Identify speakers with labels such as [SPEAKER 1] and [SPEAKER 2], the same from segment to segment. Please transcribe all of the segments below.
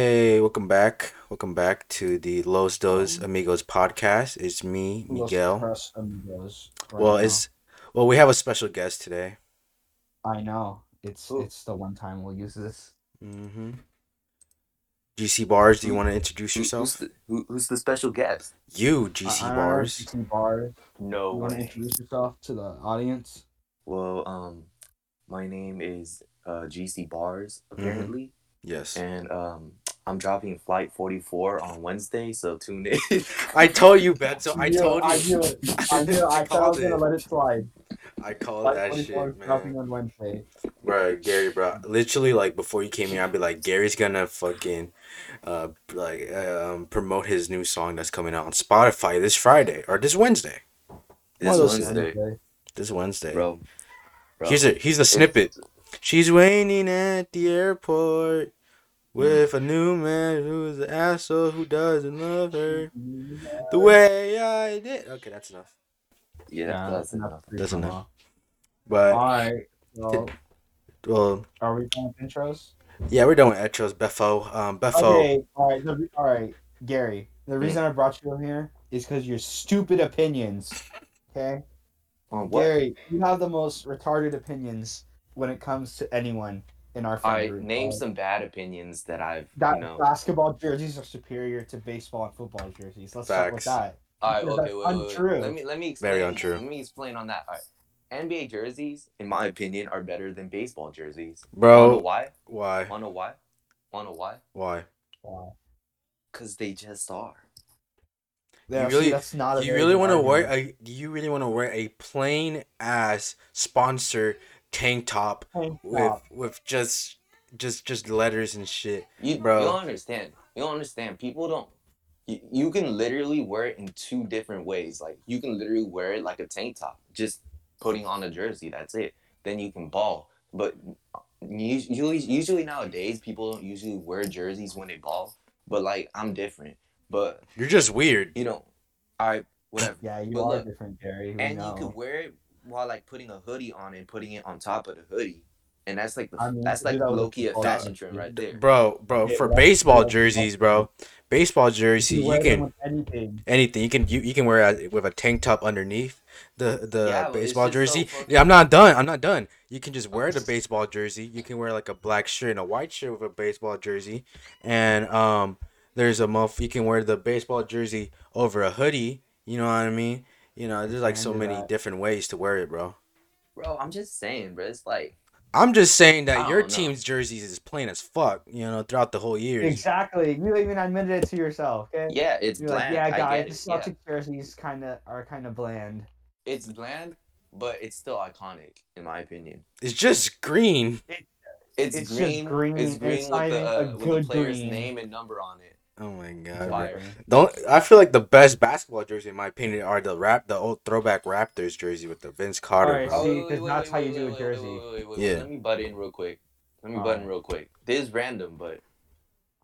[SPEAKER 1] Welcome back. Welcome back to the Los Dos Amigos podcast. It's me,
[SPEAKER 2] Los
[SPEAKER 1] Miguel.
[SPEAKER 2] Tres Amigos right
[SPEAKER 1] Well,
[SPEAKER 2] now.
[SPEAKER 1] it's well, we have a special guest today.
[SPEAKER 2] I know. It's
[SPEAKER 1] Who?
[SPEAKER 2] it's the one time we'll use this.
[SPEAKER 1] hmm GC Bars, do you
[SPEAKER 3] Who-
[SPEAKER 1] want to introduce
[SPEAKER 3] Who- Who's
[SPEAKER 1] yourself?
[SPEAKER 3] the, who, who's the special guest?
[SPEAKER 1] You,
[SPEAKER 2] I-
[SPEAKER 1] GC
[SPEAKER 2] I don't know,
[SPEAKER 1] Bars. Oh,
[SPEAKER 2] GC Bars.
[SPEAKER 3] No
[SPEAKER 2] You want to
[SPEAKER 3] way.
[SPEAKER 2] introduce yourself to the audience?
[SPEAKER 3] Well, um, my name is uh, GC Bars
[SPEAKER 1] Mm-hmm.
[SPEAKER 3] apparently,
[SPEAKER 1] Yes.
[SPEAKER 3] and um, I'm dropping flight 44 on Wednesday, so tune in.
[SPEAKER 1] I told you, Beto. I
[SPEAKER 2] knew it,
[SPEAKER 1] told
[SPEAKER 2] I
[SPEAKER 1] you.
[SPEAKER 2] knew it. I knew. it. I thought I was
[SPEAKER 1] called
[SPEAKER 2] gonna
[SPEAKER 1] it.
[SPEAKER 2] let it slide.
[SPEAKER 1] I called
[SPEAKER 2] Like
[SPEAKER 1] that
[SPEAKER 2] 24
[SPEAKER 1] shit,
[SPEAKER 2] dropping
[SPEAKER 1] man.
[SPEAKER 2] on Wednesday.
[SPEAKER 1] Bro, Gary, bro. Literally, like before you came here, I'd be like, Gary's gonna fucking, uh, like, um, promote his new song that's coming out on Spotify this Friday or this Wednesday.
[SPEAKER 2] One
[SPEAKER 3] this
[SPEAKER 2] of those
[SPEAKER 3] Wednesday,
[SPEAKER 2] Wednesday.
[SPEAKER 1] This Wednesday.
[SPEAKER 3] bro. bro.
[SPEAKER 1] Here's a here's the snippet. She's waiting at the airport with a new man who's an asshole who doesn't love her the way I did. Okay, that's enough.
[SPEAKER 3] Yeah, that's enough.
[SPEAKER 1] That's
[SPEAKER 2] free
[SPEAKER 1] enough.
[SPEAKER 2] promo. All
[SPEAKER 1] But
[SPEAKER 2] right. Well,
[SPEAKER 1] well,
[SPEAKER 2] are we done with intros?
[SPEAKER 1] yeah, we're done with intros. Beffo, um, Beffo.
[SPEAKER 2] Okay. All right. the- all right, Gary.
[SPEAKER 1] Hmm?
[SPEAKER 2] The reason I brought you here is because your stupid opinions. Okay.
[SPEAKER 3] On what?
[SPEAKER 2] Gary, you have the most retarded opinions when it comes to anyone in our
[SPEAKER 3] All
[SPEAKER 2] family.
[SPEAKER 3] right, name some bad opinions that I've
[SPEAKER 2] That
[SPEAKER 3] you know.
[SPEAKER 2] basketball jerseys are superior to baseball and football jerseys. Let's start with
[SPEAKER 1] Facts.
[SPEAKER 2] that.
[SPEAKER 3] All right,
[SPEAKER 2] Because
[SPEAKER 3] okay,
[SPEAKER 2] that's
[SPEAKER 3] wait, wait, wait.
[SPEAKER 2] untrue.
[SPEAKER 3] Let me let me explain.
[SPEAKER 1] Very untrue.
[SPEAKER 3] Let me explain on that. All right, NBA jerseys, in my opinion, are better than baseball jerseys. Wanna
[SPEAKER 1] Bro,
[SPEAKER 3] why?
[SPEAKER 1] why?
[SPEAKER 3] Wanna why? Wanna why?
[SPEAKER 1] Why?
[SPEAKER 2] Wow.
[SPEAKER 3] Cause they just are.
[SPEAKER 2] Yeah,
[SPEAKER 1] You
[SPEAKER 2] see,
[SPEAKER 1] really-
[SPEAKER 2] that's not a
[SPEAKER 1] You
[SPEAKER 2] very
[SPEAKER 1] really
[SPEAKER 2] good
[SPEAKER 1] want to wear
[SPEAKER 2] argument.
[SPEAKER 1] a you really want to wear a plain ass sponsor tank top
[SPEAKER 2] Tank
[SPEAKER 1] with
[SPEAKER 2] top.
[SPEAKER 1] with just just just letters and shit.
[SPEAKER 3] You,
[SPEAKER 1] Bro.
[SPEAKER 3] you don't understand. You don't understand. People don't. You, you can literally wear it in two different ways. Like you can literally wear it like a tank top, just putting on a jersey. That's it. Then you can ball. But u- usually, usually nowadays, people don't usually wear jerseys when they ball. But like I'm different. But
[SPEAKER 1] You're just weird.
[SPEAKER 3] you know, I whatever.
[SPEAKER 2] Yeah, you
[SPEAKER 3] But
[SPEAKER 2] are
[SPEAKER 3] look,
[SPEAKER 2] different, Gary. We
[SPEAKER 3] and
[SPEAKER 2] know.
[SPEAKER 3] you could wear it while like putting a hoodie on and putting it on top of the hoodie. And that's like the,
[SPEAKER 2] I mean,
[SPEAKER 3] that's
[SPEAKER 2] you
[SPEAKER 3] like
[SPEAKER 2] do that with
[SPEAKER 3] low key a
[SPEAKER 2] football
[SPEAKER 3] fashion
[SPEAKER 2] jerseys.
[SPEAKER 3] trend right there.
[SPEAKER 1] Bro, bro,
[SPEAKER 2] Yeah,
[SPEAKER 1] for
[SPEAKER 2] that's-
[SPEAKER 1] baseball
[SPEAKER 2] that's-
[SPEAKER 1] jerseys, bro, baseball jersey,
[SPEAKER 2] You
[SPEAKER 1] you
[SPEAKER 2] wear them
[SPEAKER 1] can
[SPEAKER 2] with anything.
[SPEAKER 1] anything. You can you, you can wear it with a tank top underneath the the
[SPEAKER 3] Yeah, but it's
[SPEAKER 1] baseball
[SPEAKER 3] just so
[SPEAKER 1] jersey.
[SPEAKER 3] fucking-
[SPEAKER 1] yeah, I'm not done. I'm not done. You can just wear the
[SPEAKER 3] just-
[SPEAKER 1] baseball jersey. You can wear like a black shirt and a white shirt with a baseball jersey, and um, there's a muff. You can wear the baseball jersey over a hoodie. You know what I mean? You know, there's like
[SPEAKER 2] Can
[SPEAKER 1] so
[SPEAKER 2] do
[SPEAKER 1] many
[SPEAKER 2] that.
[SPEAKER 1] different ways to wear it, bro.
[SPEAKER 3] Bro, I'm just saying, bro. It's like
[SPEAKER 1] I'm just saying that
[SPEAKER 3] I
[SPEAKER 1] your
[SPEAKER 3] don't know.
[SPEAKER 1] team's jerseys is plain as fuck. You know, throughout the whole year.
[SPEAKER 2] Exactly. You even admitted it to yourself. Okay.
[SPEAKER 3] Yeah, it's
[SPEAKER 2] You're like,
[SPEAKER 3] bland.
[SPEAKER 2] yeah,
[SPEAKER 3] I
[SPEAKER 2] guys, the
[SPEAKER 3] get it. yeah.
[SPEAKER 2] Celtic jerseys kind of are kind of bland.
[SPEAKER 3] It's bland, but it's still iconic, in my opinion.
[SPEAKER 1] It's just green.
[SPEAKER 3] It's,
[SPEAKER 2] It's just
[SPEAKER 3] green,
[SPEAKER 2] green,
[SPEAKER 3] It's
[SPEAKER 2] and
[SPEAKER 3] green
[SPEAKER 2] it's
[SPEAKER 3] with
[SPEAKER 2] not
[SPEAKER 3] the,
[SPEAKER 2] even
[SPEAKER 3] uh,
[SPEAKER 2] a
[SPEAKER 3] with the
[SPEAKER 2] good
[SPEAKER 3] player's
[SPEAKER 2] green.
[SPEAKER 3] name and number on it.
[SPEAKER 1] Oh my god. bro.
[SPEAKER 3] Fire.
[SPEAKER 1] Don't I feel like the best basketball jersey in my opinion are the rap the old throwback Raptors jersey with the Vince Carter.
[SPEAKER 2] Alright,
[SPEAKER 1] bro.
[SPEAKER 2] so- see, 'cause that's how you do a jersey.
[SPEAKER 3] Oh, Wait, wait, wait, wait,
[SPEAKER 1] Yeah.
[SPEAKER 3] Let me butt in real quick. Let me butt
[SPEAKER 2] Alright.
[SPEAKER 3] in real quick. This is random, but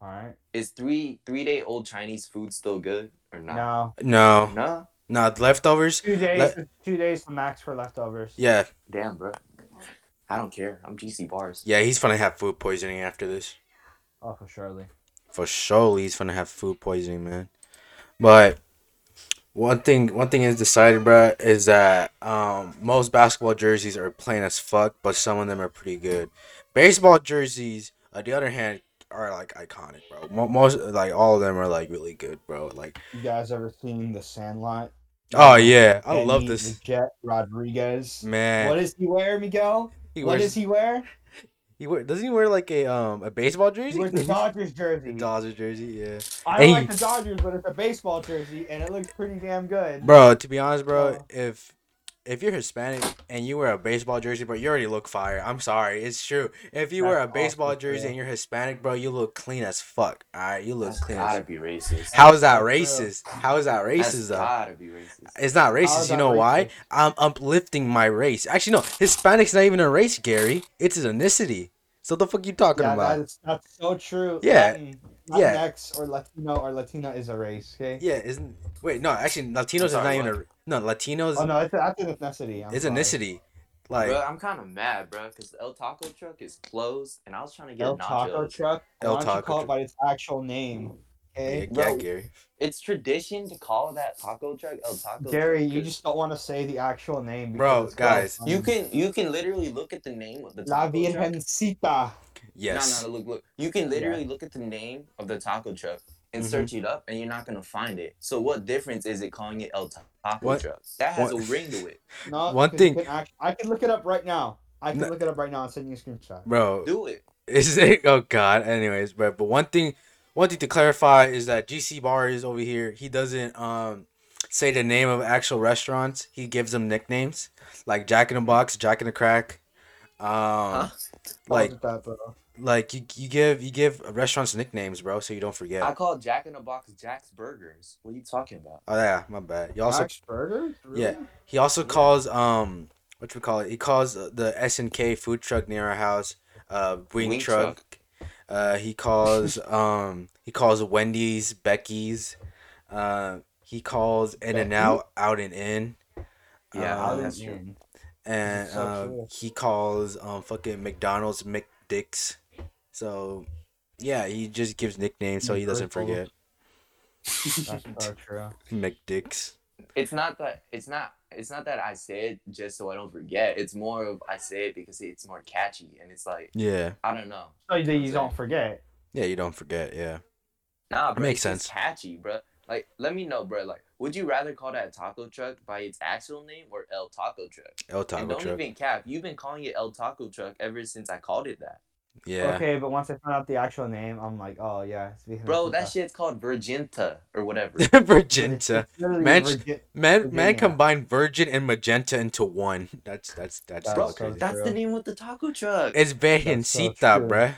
[SPEAKER 2] All right.
[SPEAKER 3] is three three day old Chinese food still good or not?
[SPEAKER 2] No.
[SPEAKER 1] No,
[SPEAKER 3] No.
[SPEAKER 1] not leftovers.
[SPEAKER 2] Two days.
[SPEAKER 1] Let-
[SPEAKER 2] two days for max for leftovers.
[SPEAKER 1] Yeah,
[SPEAKER 3] Damn, bro. I don't care. I'm GC bars.
[SPEAKER 1] yeah, he's gonna have food poisoning after this.
[SPEAKER 2] Oh, for surely.
[SPEAKER 1] For sure, he's gonna have food poisoning, man. But one thing, one thing is decided, bro, is that um, most basketball jerseys are plain as fuck, but some of them are pretty good. Baseball jerseys, on the other hand, are like iconic, bro. Mo- Most, like all of them, are like really good, bro. Like,
[SPEAKER 2] You guys ever seen The Sandlot?
[SPEAKER 1] oh yeah, I love
[SPEAKER 2] Danny
[SPEAKER 1] this.
[SPEAKER 2] Jet Rodriguez.
[SPEAKER 1] Man,
[SPEAKER 2] What does he wear, Miguel?
[SPEAKER 1] he
[SPEAKER 2] what
[SPEAKER 1] wears-
[SPEAKER 2] does he wear?
[SPEAKER 1] He wear, doesn't he wear like a um a baseball
[SPEAKER 2] He
[SPEAKER 1] jersey?
[SPEAKER 2] wears the Dodgers
[SPEAKER 1] The
[SPEAKER 2] jersey.
[SPEAKER 1] Dodger jersey, yeah.
[SPEAKER 2] I
[SPEAKER 1] Hey.
[SPEAKER 2] don't like the Dodgers, but it's a baseball jersey, and it looks pretty damn good.
[SPEAKER 1] Bro, to be honest, bro,
[SPEAKER 2] Oh.
[SPEAKER 1] if if you're Hispanic and you wear a baseball jersey, bro, you already look fire. I'm sorry, it's true. If you wear a
[SPEAKER 2] That's
[SPEAKER 1] baseball
[SPEAKER 2] awesome,
[SPEAKER 1] jersey
[SPEAKER 2] yeah.
[SPEAKER 1] and you're Hispanic, bro, you look clean as fuck. All right, you look
[SPEAKER 3] That's
[SPEAKER 1] clean.
[SPEAKER 3] gotta
[SPEAKER 1] As...
[SPEAKER 3] be racist.
[SPEAKER 1] How is that
[SPEAKER 2] That's true.
[SPEAKER 1] racist? How is that
[SPEAKER 3] That's
[SPEAKER 1] racist though?
[SPEAKER 3] gotta be racist.
[SPEAKER 1] It's not
[SPEAKER 2] How is
[SPEAKER 1] racist. You
[SPEAKER 2] that
[SPEAKER 1] know why?
[SPEAKER 2] racist?
[SPEAKER 1] I'm uplifting my race. Actually, no, Hispanic's not even a race, Gary. It's an ethnicity. So the fuck you talking
[SPEAKER 2] Yeah,
[SPEAKER 1] about?
[SPEAKER 2] that's that's so true.
[SPEAKER 1] Yeah.
[SPEAKER 2] Latin,
[SPEAKER 1] Yeah.
[SPEAKER 2] Latinx or Latino or Latina is a race. Okay.
[SPEAKER 1] Yeah, isn't wait no actually Latinos is
[SPEAKER 3] sorry,
[SPEAKER 1] not even
[SPEAKER 3] what? Oh,
[SPEAKER 1] a no Latinos
[SPEAKER 2] Oh no, it's, that's an ethnicity. I'm
[SPEAKER 1] It's
[SPEAKER 2] sorry.
[SPEAKER 1] ethnicity. Like
[SPEAKER 3] bro, I'm kind of mad, bro, because El Taco truck is closed, and I was trying to get
[SPEAKER 2] El
[SPEAKER 3] nachos.
[SPEAKER 2] Taco truck.
[SPEAKER 1] El
[SPEAKER 2] El Why don't you
[SPEAKER 1] Taco
[SPEAKER 2] call
[SPEAKER 1] truck.
[SPEAKER 2] it by its actual name?
[SPEAKER 1] yeah,
[SPEAKER 2] Okay.
[SPEAKER 1] yeah,
[SPEAKER 3] bro.
[SPEAKER 1] Gary.
[SPEAKER 3] It's tradition to call that taco truck El Taco.
[SPEAKER 2] Gary,
[SPEAKER 3] truck,
[SPEAKER 2] you
[SPEAKER 3] 'cause
[SPEAKER 2] just don't want to say the actual name.
[SPEAKER 1] Bro,
[SPEAKER 2] because it's not
[SPEAKER 1] guys,
[SPEAKER 2] fun.
[SPEAKER 3] you can you can literally look at the name of the
[SPEAKER 2] La
[SPEAKER 3] taco truck.
[SPEAKER 2] Virgencita.
[SPEAKER 1] Yes.
[SPEAKER 3] No, no, look, look. You can literally look at the name of the taco truck and
[SPEAKER 2] Mm-hmm.
[SPEAKER 1] Mhm.
[SPEAKER 3] search it up, and you're not gonna find it. So what difference is it calling it El Taco
[SPEAKER 1] What-
[SPEAKER 3] truck? That has
[SPEAKER 1] what-
[SPEAKER 3] a ring to it.
[SPEAKER 2] No,
[SPEAKER 1] One
[SPEAKER 2] 'cause you
[SPEAKER 1] thing-
[SPEAKER 2] can act- I can look it up right now. I can
[SPEAKER 1] No.
[SPEAKER 2] look it up right now and send you a screenshot.
[SPEAKER 1] Bro,
[SPEAKER 3] Do it.
[SPEAKER 1] Is it? Oh God. Anyways, but but one thing, one thing to clarify is that GC Bar is over here. He doesn't um say the name of actual restaurants. He gives them nicknames like Jack in the Box, Jack in the Crack. Um,
[SPEAKER 3] Huh? Oh.
[SPEAKER 1] like
[SPEAKER 2] Like that, bro.
[SPEAKER 1] like you, you give you give restaurants nicknames, bro, so you don't forget.
[SPEAKER 3] I call Jack in the Box Jack's Burgers. What are you talking about?
[SPEAKER 1] oh yeah, my bad. You also
[SPEAKER 2] Max Burger? Really?
[SPEAKER 1] Yeah. he also calls um what you call it? He calls uh, the S and K food truck near our house uh wing,
[SPEAKER 3] Wing
[SPEAKER 1] truck. Uh, he calls um he calls Wendy's, Becky's. Uh, he calls In and Out, Out and In.
[SPEAKER 3] Yeah,
[SPEAKER 1] Uh,
[SPEAKER 2] Out
[SPEAKER 3] that's
[SPEAKER 2] in-
[SPEAKER 3] true.
[SPEAKER 2] in.
[SPEAKER 1] and
[SPEAKER 2] So
[SPEAKER 1] uh,
[SPEAKER 2] cool.
[SPEAKER 1] he calls um fucking McDonald's McDicks. So yeah, he just gives nicknames so he doesn't forget
[SPEAKER 2] Mcgurkle. That's so true.
[SPEAKER 1] McDicks.
[SPEAKER 3] It's not that. It's not. It's not that I say it just so I don't forget. It's more of I say it because it's more catchy, and it's like
[SPEAKER 1] Yeah,
[SPEAKER 3] I don't know.
[SPEAKER 2] So that you don't forget.
[SPEAKER 1] yeah, you don't forget. Yeah,
[SPEAKER 3] Nah, bro,
[SPEAKER 1] makes
[SPEAKER 3] it's just
[SPEAKER 1] sense.
[SPEAKER 3] catchy, bro. Like, let me know, bro. Like, would you rather call that taco truck by its actual name or El Taco Truck?
[SPEAKER 1] El
[SPEAKER 3] and
[SPEAKER 1] Taco
[SPEAKER 3] don't
[SPEAKER 1] Truck.
[SPEAKER 3] even cap. You've been calling it El Taco Truck ever since I called it that,
[SPEAKER 1] Yeah,
[SPEAKER 2] Okay, but once I found out the actual name, I'm like, oh yeah. It's Virgencita.
[SPEAKER 3] bro. That shit's called Virginta or whatever.
[SPEAKER 1] Virginta.
[SPEAKER 2] It's literally
[SPEAKER 1] Man-
[SPEAKER 2] Virgin-
[SPEAKER 1] Man, man
[SPEAKER 2] Virginia.
[SPEAKER 1] combined virgin and magenta into one. That's that's that's,
[SPEAKER 2] That's
[SPEAKER 1] so
[SPEAKER 3] bro,
[SPEAKER 2] so
[SPEAKER 1] crazy.
[SPEAKER 3] that's the
[SPEAKER 2] true.
[SPEAKER 3] name of the taco truck.
[SPEAKER 1] It's
[SPEAKER 2] That's so
[SPEAKER 1] Virgencita,
[SPEAKER 2] true.
[SPEAKER 1] bruh.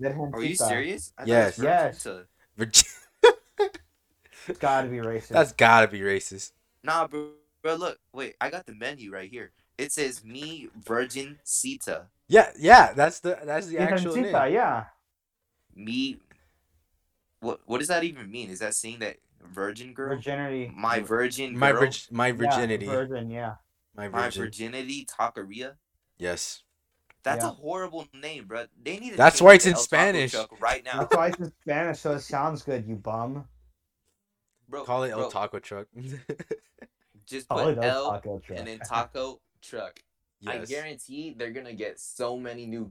[SPEAKER 2] Virgencita.
[SPEAKER 3] Are you serious? I thought it
[SPEAKER 1] Yes.
[SPEAKER 3] was
[SPEAKER 2] Yes.
[SPEAKER 3] Virginta.
[SPEAKER 1] Virgin-
[SPEAKER 2] It's gotta be racist.
[SPEAKER 1] that's gotta be racist.
[SPEAKER 3] Nah, bro, bro. Look, wait. I got the menu right here. It says me Virgin Sita.
[SPEAKER 1] Yeah, yeah. That's the that's the actual
[SPEAKER 2] Virgencita,
[SPEAKER 1] name.
[SPEAKER 2] yeah.
[SPEAKER 3] Me. What What does that even mean? Is that saying that virgin girl?
[SPEAKER 2] Virginity.
[SPEAKER 3] My virgin.
[SPEAKER 1] My
[SPEAKER 3] girl?
[SPEAKER 1] virg my
[SPEAKER 2] Yeah,
[SPEAKER 1] virginity.
[SPEAKER 2] virgin, yeah.
[SPEAKER 1] my
[SPEAKER 3] My
[SPEAKER 1] virgin.
[SPEAKER 3] virginity taqueria.
[SPEAKER 1] yes.
[SPEAKER 3] That's
[SPEAKER 2] Yeah.
[SPEAKER 3] a horrible name, bro. They need to.
[SPEAKER 1] That's
[SPEAKER 3] change
[SPEAKER 1] why
[SPEAKER 3] it
[SPEAKER 1] it's
[SPEAKER 3] to
[SPEAKER 1] in
[SPEAKER 3] El Taco
[SPEAKER 1] Spanish.
[SPEAKER 3] Truck right now,
[SPEAKER 2] That's why it's in Spanish, so it sounds good, you bum.
[SPEAKER 3] bro.
[SPEAKER 1] Call it
[SPEAKER 3] bro,
[SPEAKER 1] El Taco Truck.
[SPEAKER 3] Just
[SPEAKER 2] Probably
[SPEAKER 3] put
[SPEAKER 2] Oh, does
[SPEAKER 3] L
[SPEAKER 2] taco truck.
[SPEAKER 3] and then taco truck. I
[SPEAKER 1] yes.
[SPEAKER 3] guarantee they're gonna get so many new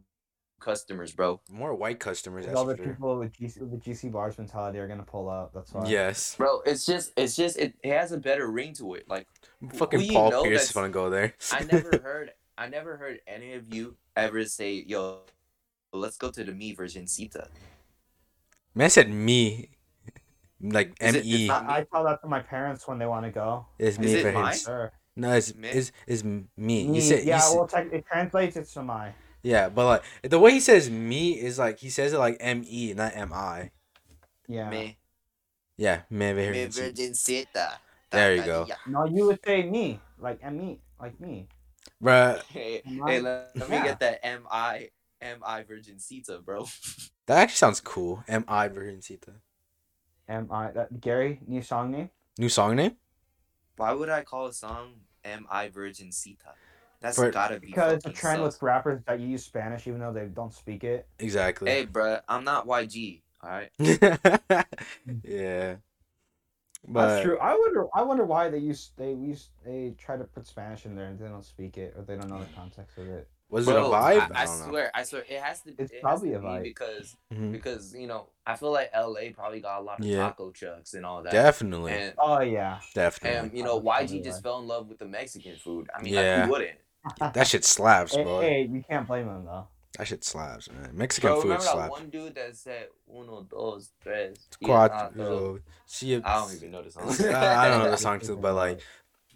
[SPEAKER 3] customers, bro.
[SPEAKER 1] More white customers.
[SPEAKER 2] With
[SPEAKER 1] That's
[SPEAKER 2] all the
[SPEAKER 1] for sure.
[SPEAKER 2] people with GC, with the GC bars mentality are gonna pull up. That's why.
[SPEAKER 1] Yes.
[SPEAKER 3] Bro, it's just, it's just, it, it has a better ring to it. Like
[SPEAKER 1] Fucking
[SPEAKER 3] we
[SPEAKER 1] Paul
[SPEAKER 3] know
[SPEAKER 1] Pierce
[SPEAKER 3] that's-
[SPEAKER 1] is gonna go there.
[SPEAKER 3] I never heard, I never heard any of you ever say, "Yo, let's go to the me virgincita."
[SPEAKER 1] Man said me, like
[SPEAKER 3] Is
[SPEAKER 1] M
[SPEAKER 3] it- it's
[SPEAKER 1] E.
[SPEAKER 3] not-
[SPEAKER 2] I, I tell that to my parents when they want to go.
[SPEAKER 1] It's
[SPEAKER 3] is
[SPEAKER 1] me
[SPEAKER 3] it
[SPEAKER 1] for him.
[SPEAKER 3] mine?
[SPEAKER 2] Sure.
[SPEAKER 1] No, it's
[SPEAKER 3] Me?
[SPEAKER 1] it's it's me. You
[SPEAKER 2] Me-
[SPEAKER 1] said you
[SPEAKER 2] yeah,
[SPEAKER 1] said-
[SPEAKER 2] well, tech, it translates it to my.
[SPEAKER 1] Yeah, but like the way he says me is like he says it like M E, not M I. Ah,
[SPEAKER 2] Yeah.
[SPEAKER 3] Me,
[SPEAKER 1] Yeah, maybe.
[SPEAKER 3] me virgincita.
[SPEAKER 1] There you go.
[SPEAKER 3] Taqueria.
[SPEAKER 2] No, you would say me, like and me, like me.
[SPEAKER 1] Bruh,
[SPEAKER 3] Hey,
[SPEAKER 2] Am
[SPEAKER 3] hey
[SPEAKER 2] I-
[SPEAKER 3] let, let me
[SPEAKER 2] Yeah.
[SPEAKER 3] get that M I M I Virgin Sita, bro.
[SPEAKER 1] that actually sounds cool. M I Virgencita.
[SPEAKER 2] Am I that Gary? New song name?
[SPEAKER 1] New song name?
[SPEAKER 3] Why would I call a song M I Virgin Sita? That's
[SPEAKER 1] For-
[SPEAKER 3] gotta be
[SPEAKER 2] Because it's a
[SPEAKER 3] fucking
[SPEAKER 2] trend
[SPEAKER 3] sus.
[SPEAKER 2] with rappers that you use Spanish even though they don't speak it.
[SPEAKER 1] Exactly.
[SPEAKER 3] Hey, bro, I'm not YG. All right,
[SPEAKER 1] yeah.
[SPEAKER 2] That's
[SPEAKER 1] But
[SPEAKER 2] true. I wonder. I wonder why they use they use they try to put Spanish in there and they don't speak it or they don't know the context of it.
[SPEAKER 1] was it a
[SPEAKER 3] bro.
[SPEAKER 1] vibe?
[SPEAKER 3] I, I,
[SPEAKER 1] don't know.
[SPEAKER 3] swear, I swear, it has to.
[SPEAKER 2] It's
[SPEAKER 3] it has
[SPEAKER 2] probably
[SPEAKER 3] to
[SPEAKER 2] a
[SPEAKER 3] be
[SPEAKER 2] vibe.
[SPEAKER 3] because
[SPEAKER 1] Mhm.
[SPEAKER 3] because you know I feel like LA probably got a lot of
[SPEAKER 1] Yeah.
[SPEAKER 3] taco trucks and all that.
[SPEAKER 1] Definitely.
[SPEAKER 3] And,
[SPEAKER 2] Oh yeah,
[SPEAKER 1] Definitely.
[SPEAKER 3] and you know
[SPEAKER 2] Taco truck
[SPEAKER 3] YG just
[SPEAKER 2] vibe.
[SPEAKER 3] fell in love with the Mexican food. I mean, like,
[SPEAKER 1] Yeah.
[SPEAKER 3] who wouldn't?
[SPEAKER 1] that shit slaps,
[SPEAKER 2] hey,
[SPEAKER 1] bro.
[SPEAKER 2] hey, you can't blame them though.
[SPEAKER 1] That shit slaps, man. Mexican
[SPEAKER 3] Bro,
[SPEAKER 1] food
[SPEAKER 3] remember that
[SPEAKER 1] slaps.
[SPEAKER 3] one dude that said uno dos tres cuatro?
[SPEAKER 1] Quattro. See,
[SPEAKER 3] uh, I don't even know the song.
[SPEAKER 1] I don't know the song too, but like,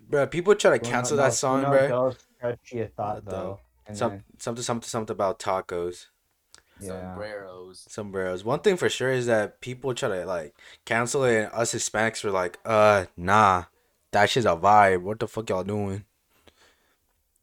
[SPEAKER 1] bro, people try to
[SPEAKER 2] Bruno
[SPEAKER 1] cancel
[SPEAKER 2] knows-
[SPEAKER 1] that song, bro.
[SPEAKER 2] Bruno knows Stretchy a thought
[SPEAKER 1] Thought,
[SPEAKER 2] though. And
[SPEAKER 1] Some,
[SPEAKER 2] then,
[SPEAKER 1] something, something, something about tacos.
[SPEAKER 2] yeah.
[SPEAKER 3] sombreros.
[SPEAKER 1] sombreros. One thing for sure is that people try to like cancel it, and us Hispanics were like, uh, nah, that shit's a vibe. What the fuck y'all doing?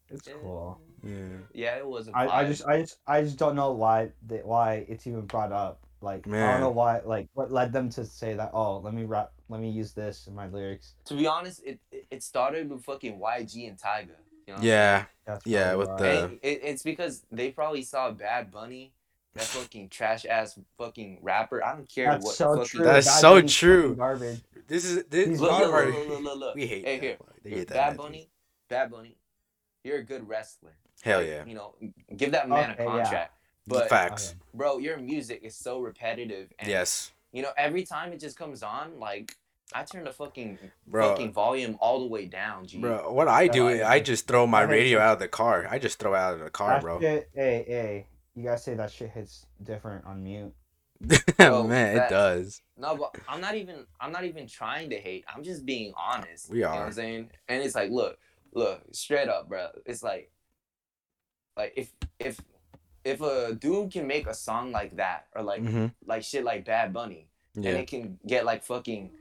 [SPEAKER 2] It's cool.
[SPEAKER 1] Yeah,
[SPEAKER 3] Yeah, it was. a
[SPEAKER 2] I, I
[SPEAKER 3] vibe.
[SPEAKER 2] just I just I just don't know why that why it's even brought up. Like I
[SPEAKER 1] Man.
[SPEAKER 2] don't know why like what led them to say that. Oh, let me rap. Let me use this in my lyrics.
[SPEAKER 3] to be honest, it it started with fucking YG and Tyga. You know?
[SPEAKER 1] Yeah,
[SPEAKER 2] That's
[SPEAKER 1] Yeah,
[SPEAKER 2] probably
[SPEAKER 1] with
[SPEAKER 2] why.
[SPEAKER 1] the-
[SPEAKER 3] And it, it's because they probably saw Bad Bunny, that fucking trash ass fucking rapper. I don't care
[SPEAKER 2] That's
[SPEAKER 3] what
[SPEAKER 2] so
[SPEAKER 3] fucking.
[SPEAKER 2] true.
[SPEAKER 1] That's
[SPEAKER 2] Bad
[SPEAKER 1] so
[SPEAKER 2] Bunny's
[SPEAKER 1] true.
[SPEAKER 2] fucking Garbage.
[SPEAKER 1] this is this.
[SPEAKER 2] He's
[SPEAKER 3] Look,
[SPEAKER 1] we
[SPEAKER 3] look,
[SPEAKER 2] hard.
[SPEAKER 1] are-
[SPEAKER 3] look, look, look, look.
[SPEAKER 1] We hate
[SPEAKER 3] Hey,
[SPEAKER 1] that.
[SPEAKER 3] here.
[SPEAKER 1] part. They hate that.
[SPEAKER 3] Bad
[SPEAKER 1] attitude.
[SPEAKER 3] Bunny, Bad Bunny, you're a good wrestler.
[SPEAKER 1] Hell
[SPEAKER 3] Like,
[SPEAKER 1] yeah.
[SPEAKER 3] You know, give that man
[SPEAKER 2] Okay,
[SPEAKER 3] a
[SPEAKER 2] yeah.
[SPEAKER 3] contract. But
[SPEAKER 1] Facts.
[SPEAKER 3] bro, your music is so repetitive. And,
[SPEAKER 1] Yes,
[SPEAKER 3] You know, every time it just comes on, like I turn the fucking
[SPEAKER 1] bro.
[SPEAKER 3] fucking volume all the way down, G.
[SPEAKER 1] Bro, what I
[SPEAKER 2] Yeah,
[SPEAKER 1] do
[SPEAKER 2] I
[SPEAKER 1] is
[SPEAKER 2] know.
[SPEAKER 1] I just throw my
[SPEAKER 2] I hate
[SPEAKER 1] radio
[SPEAKER 2] you.
[SPEAKER 1] out of the car. I just throw it out of the car,
[SPEAKER 2] That
[SPEAKER 1] bro.
[SPEAKER 2] shit- hey, hey, you gotta say that shit hits different on mute.
[SPEAKER 3] Bro,
[SPEAKER 1] Man, it
[SPEAKER 3] facts.
[SPEAKER 1] does.
[SPEAKER 3] No, but I'm not even I'm not even trying to hate. I'm just being honest.
[SPEAKER 1] We
[SPEAKER 3] You know
[SPEAKER 1] are.
[SPEAKER 3] what I'm saying? And it's like, look, look, straight up, bro. It's like like if if if a dude can make a song like that or like
[SPEAKER 1] hmm
[SPEAKER 3] like shit like Bad Bunny and
[SPEAKER 1] Yeah,
[SPEAKER 3] it can get like fucking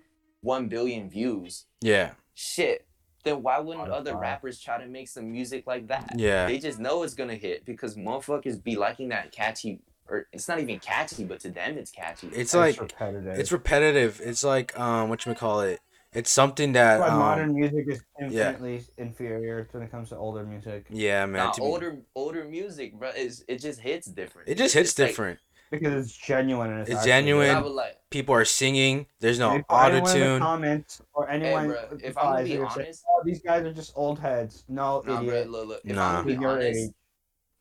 [SPEAKER 3] one billion views,
[SPEAKER 1] yeah,
[SPEAKER 3] shit, then why wouldn't other
[SPEAKER 2] Spotify.
[SPEAKER 3] rappers try to make some music like that?
[SPEAKER 1] yeah.
[SPEAKER 3] They just know it's gonna hit because motherfuckers be liking that catchy or it's not even catchy, but to them it's catchy.
[SPEAKER 1] It's
[SPEAKER 2] That's
[SPEAKER 1] like
[SPEAKER 2] repetitive.
[SPEAKER 1] it's repetitive. It's like um, what you call it? It's something that
[SPEAKER 2] That's why
[SPEAKER 1] um,
[SPEAKER 2] modern music is
[SPEAKER 1] yeah.
[SPEAKER 2] infinitely inferior when it comes to older music
[SPEAKER 1] Yeah, man.
[SPEAKER 3] Nah,
[SPEAKER 1] to me-
[SPEAKER 3] older older music, bro, is it just hits different.
[SPEAKER 1] it just hits
[SPEAKER 3] It's like-
[SPEAKER 1] different.
[SPEAKER 2] because it's genuine and it's,
[SPEAKER 1] It's
[SPEAKER 2] actually
[SPEAKER 1] genuine.
[SPEAKER 2] good.
[SPEAKER 3] and I
[SPEAKER 1] when-
[SPEAKER 3] would like,
[SPEAKER 1] People are singing. There's no
[SPEAKER 2] If
[SPEAKER 1] auto
[SPEAKER 2] anyone in the
[SPEAKER 1] tune.
[SPEAKER 2] comments or
[SPEAKER 3] hey,
[SPEAKER 2] anyone
[SPEAKER 3] bro, if I'm gonna
[SPEAKER 2] replies,
[SPEAKER 3] be
[SPEAKER 2] they're gonna say,
[SPEAKER 3] honest,
[SPEAKER 2] "Oh, these guys are just old heads. No,
[SPEAKER 3] nah, bro,
[SPEAKER 2] idiot.
[SPEAKER 3] look, look, if
[SPEAKER 1] Nah.
[SPEAKER 3] I'm gonna be
[SPEAKER 2] Your
[SPEAKER 3] honest,
[SPEAKER 2] age.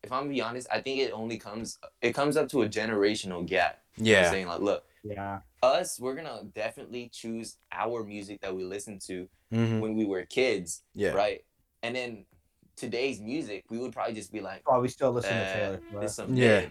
[SPEAKER 3] if I'm gonna be honest, I think it only comes it comes up to a generational gap. You know what I'm
[SPEAKER 1] Yeah,
[SPEAKER 3] saying like, look,
[SPEAKER 2] Yeah.
[SPEAKER 3] us, we're gonna definitely choose our music that we listened to
[SPEAKER 1] hmm
[SPEAKER 3] when we were kids,
[SPEAKER 1] yeah.
[SPEAKER 3] right? And then today's music, we would probably just be like,
[SPEAKER 2] Probably still listen
[SPEAKER 3] eh,
[SPEAKER 2] to Taylor. Swift.
[SPEAKER 3] this some
[SPEAKER 1] Yeah.
[SPEAKER 3] yeah.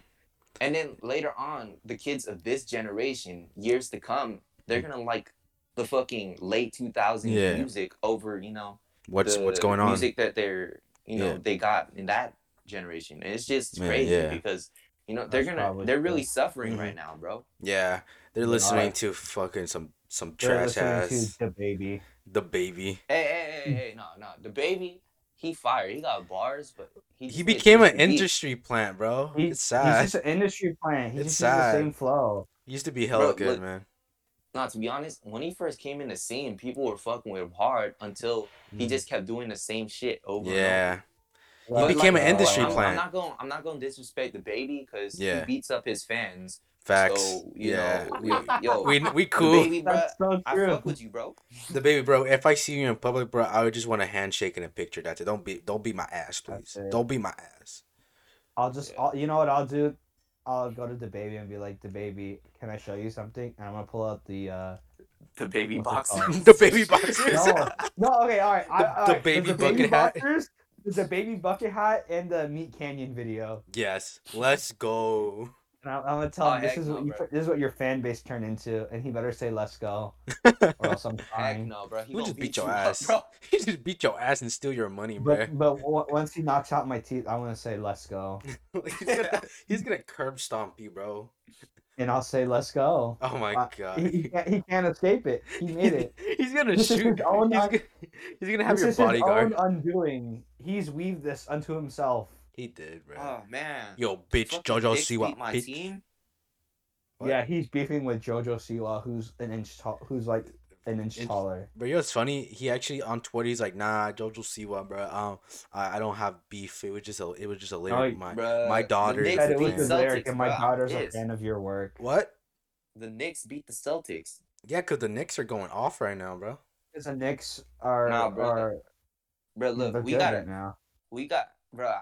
[SPEAKER 3] And then later on, the kids of this generation, years to come, they're gonna like the fucking late 2000s
[SPEAKER 1] Yeah.
[SPEAKER 3] music over, you know,
[SPEAKER 1] What's
[SPEAKER 3] the
[SPEAKER 1] what's going on?
[SPEAKER 3] Music that they're, you know,
[SPEAKER 1] Yeah.
[SPEAKER 3] they got in that generation. And it's just
[SPEAKER 1] Man,
[SPEAKER 3] crazy
[SPEAKER 1] yeah.
[SPEAKER 3] because you know they're
[SPEAKER 2] That's
[SPEAKER 3] gonna
[SPEAKER 2] probably
[SPEAKER 3] they're really
[SPEAKER 2] true.
[SPEAKER 3] suffering
[SPEAKER 1] Mhm.
[SPEAKER 3] right now, bro.
[SPEAKER 1] Yeah, they're
[SPEAKER 2] Yeah,
[SPEAKER 1] listening
[SPEAKER 2] alright.
[SPEAKER 1] to fucking some some
[SPEAKER 2] They're
[SPEAKER 1] trash
[SPEAKER 2] listening
[SPEAKER 1] ass
[SPEAKER 2] to the baby.
[SPEAKER 1] the baby.
[SPEAKER 3] Hey, hey, hey, hey, no, no. The baby, he fired. He got bars, but he,
[SPEAKER 1] He
[SPEAKER 3] just gets
[SPEAKER 1] became an
[SPEAKER 3] beat.
[SPEAKER 1] industry plant, bro.
[SPEAKER 2] He-
[SPEAKER 1] It's sad.
[SPEAKER 2] He's just an industry plant. He
[SPEAKER 1] It's
[SPEAKER 2] just uses the
[SPEAKER 1] sad.
[SPEAKER 2] same flow.
[SPEAKER 1] He used to be hella
[SPEAKER 3] Bro,
[SPEAKER 1] good,
[SPEAKER 3] look-
[SPEAKER 1] man.
[SPEAKER 3] Nah, to be honest, when he first came in the scene, people were fucking with him hard until he just kept doing the same shit over.
[SPEAKER 1] Mm.
[SPEAKER 3] and over.
[SPEAKER 1] Yeah,
[SPEAKER 2] Well,
[SPEAKER 1] became
[SPEAKER 2] Mm. like,
[SPEAKER 1] an
[SPEAKER 2] uh,
[SPEAKER 1] industry
[SPEAKER 3] I'm,
[SPEAKER 2] I'm-
[SPEAKER 1] plant.
[SPEAKER 3] I'm not going. I'm not going to disrespect the baby because
[SPEAKER 1] Yeah.
[SPEAKER 3] he beats up his fans.
[SPEAKER 1] facts.
[SPEAKER 3] So you
[SPEAKER 1] yeah,
[SPEAKER 3] know, we, yo,
[SPEAKER 1] we we
[SPEAKER 3] the
[SPEAKER 1] cool.
[SPEAKER 3] baby, bro.
[SPEAKER 2] That's so
[SPEAKER 3] I
[SPEAKER 2] true.
[SPEAKER 3] fuck with you, bro.
[SPEAKER 1] The baby, bro. If I see you in public, bro, I would just want a handshake and a picture. That's it. Don't be, don't beat my ass,
[SPEAKER 2] That's
[SPEAKER 1] please.
[SPEAKER 2] it.
[SPEAKER 1] Don't beat my ass.
[SPEAKER 2] I'll just,
[SPEAKER 3] Yeah.
[SPEAKER 2] I'll, you know what I'll do? I'll go to the baby and be like, "The baby, can I show you something?" And I'm gonna pull out the. uh
[SPEAKER 3] The baby
[SPEAKER 2] What's it
[SPEAKER 3] boxers.
[SPEAKER 1] Oh, The baby boxers.
[SPEAKER 2] No, no, okay, all right. I,
[SPEAKER 1] The-
[SPEAKER 2] all
[SPEAKER 1] the
[SPEAKER 2] right.
[SPEAKER 1] baby
[SPEAKER 2] the baby
[SPEAKER 1] bucket hat.
[SPEAKER 2] boxers, the baby bucket hat and the Meat Canyon video,
[SPEAKER 1] Yes, let's go.
[SPEAKER 2] and I, I'm gonna tell
[SPEAKER 3] Oh,
[SPEAKER 2] him this
[SPEAKER 3] heck
[SPEAKER 2] is
[SPEAKER 3] no,
[SPEAKER 2] what you,
[SPEAKER 3] bro.
[SPEAKER 2] this is what your fan base turned into, and he better say "Let's go," or else I'm
[SPEAKER 3] Heck
[SPEAKER 2] crying.
[SPEAKER 3] no, bro. He
[SPEAKER 1] We
[SPEAKER 3] gonna
[SPEAKER 1] just beat
[SPEAKER 3] beat
[SPEAKER 1] your
[SPEAKER 3] you
[SPEAKER 1] ass.
[SPEAKER 3] up, bro.
[SPEAKER 1] He just beat your ass and steal your money, bro.
[SPEAKER 2] But but w- once he knocks out my teeth, I'm gonna say "Let's go,"
[SPEAKER 1] he's, gonna, he's gonna curb stomp you, bro.
[SPEAKER 2] and I'll say "Let's go."
[SPEAKER 1] Oh my
[SPEAKER 2] Uh,
[SPEAKER 1] god.
[SPEAKER 2] He, he, can't, he can't escape it. He made it.
[SPEAKER 1] He's gonna
[SPEAKER 2] This is
[SPEAKER 1] shoot.
[SPEAKER 2] his own
[SPEAKER 1] he's,
[SPEAKER 2] un-
[SPEAKER 1] gonna, he's gonna have
[SPEAKER 2] this
[SPEAKER 1] your
[SPEAKER 2] is his
[SPEAKER 1] bodyguard.
[SPEAKER 2] own undoing. He's weaved this unto himself.
[SPEAKER 1] He did, bro.
[SPEAKER 3] Oh man.
[SPEAKER 1] Yo, bitch,
[SPEAKER 3] Fucking
[SPEAKER 1] JoJo
[SPEAKER 3] Knicks
[SPEAKER 1] Siwa,
[SPEAKER 3] beat my
[SPEAKER 1] bitch.
[SPEAKER 3] team.
[SPEAKER 1] What?
[SPEAKER 2] Yeah, he's beefing with JoJo Siwa, who's an inch tall, who's like an inch
[SPEAKER 1] Inch-
[SPEAKER 2] taller.
[SPEAKER 1] But you know what's funny? He actually on Twitter he's like, nah, JoJo Siwa, bro. Um, I, I don't have beef. It was just a it was just a lyric. of
[SPEAKER 2] y-
[SPEAKER 1] my
[SPEAKER 3] Bruh,
[SPEAKER 1] my
[SPEAKER 3] the
[SPEAKER 1] daughter
[SPEAKER 3] Knicks
[SPEAKER 1] is
[SPEAKER 2] said
[SPEAKER 1] a
[SPEAKER 2] it was
[SPEAKER 1] fan.
[SPEAKER 2] his
[SPEAKER 3] Celtics,
[SPEAKER 2] lyric, and my
[SPEAKER 3] bro, I'm
[SPEAKER 2] daughter's a
[SPEAKER 3] pissed.
[SPEAKER 2] fan of your work.
[SPEAKER 1] what?
[SPEAKER 3] The Knicks beat the Celtics.
[SPEAKER 1] Yeah, cause the Knicks are going off right now, bro.
[SPEAKER 2] Because the Knicks are
[SPEAKER 3] Nah, bro,
[SPEAKER 2] are
[SPEAKER 3] Bro,
[SPEAKER 2] look,
[SPEAKER 3] look, we
[SPEAKER 2] good
[SPEAKER 3] got
[SPEAKER 2] right
[SPEAKER 3] it.
[SPEAKER 2] now.
[SPEAKER 3] We got, bro.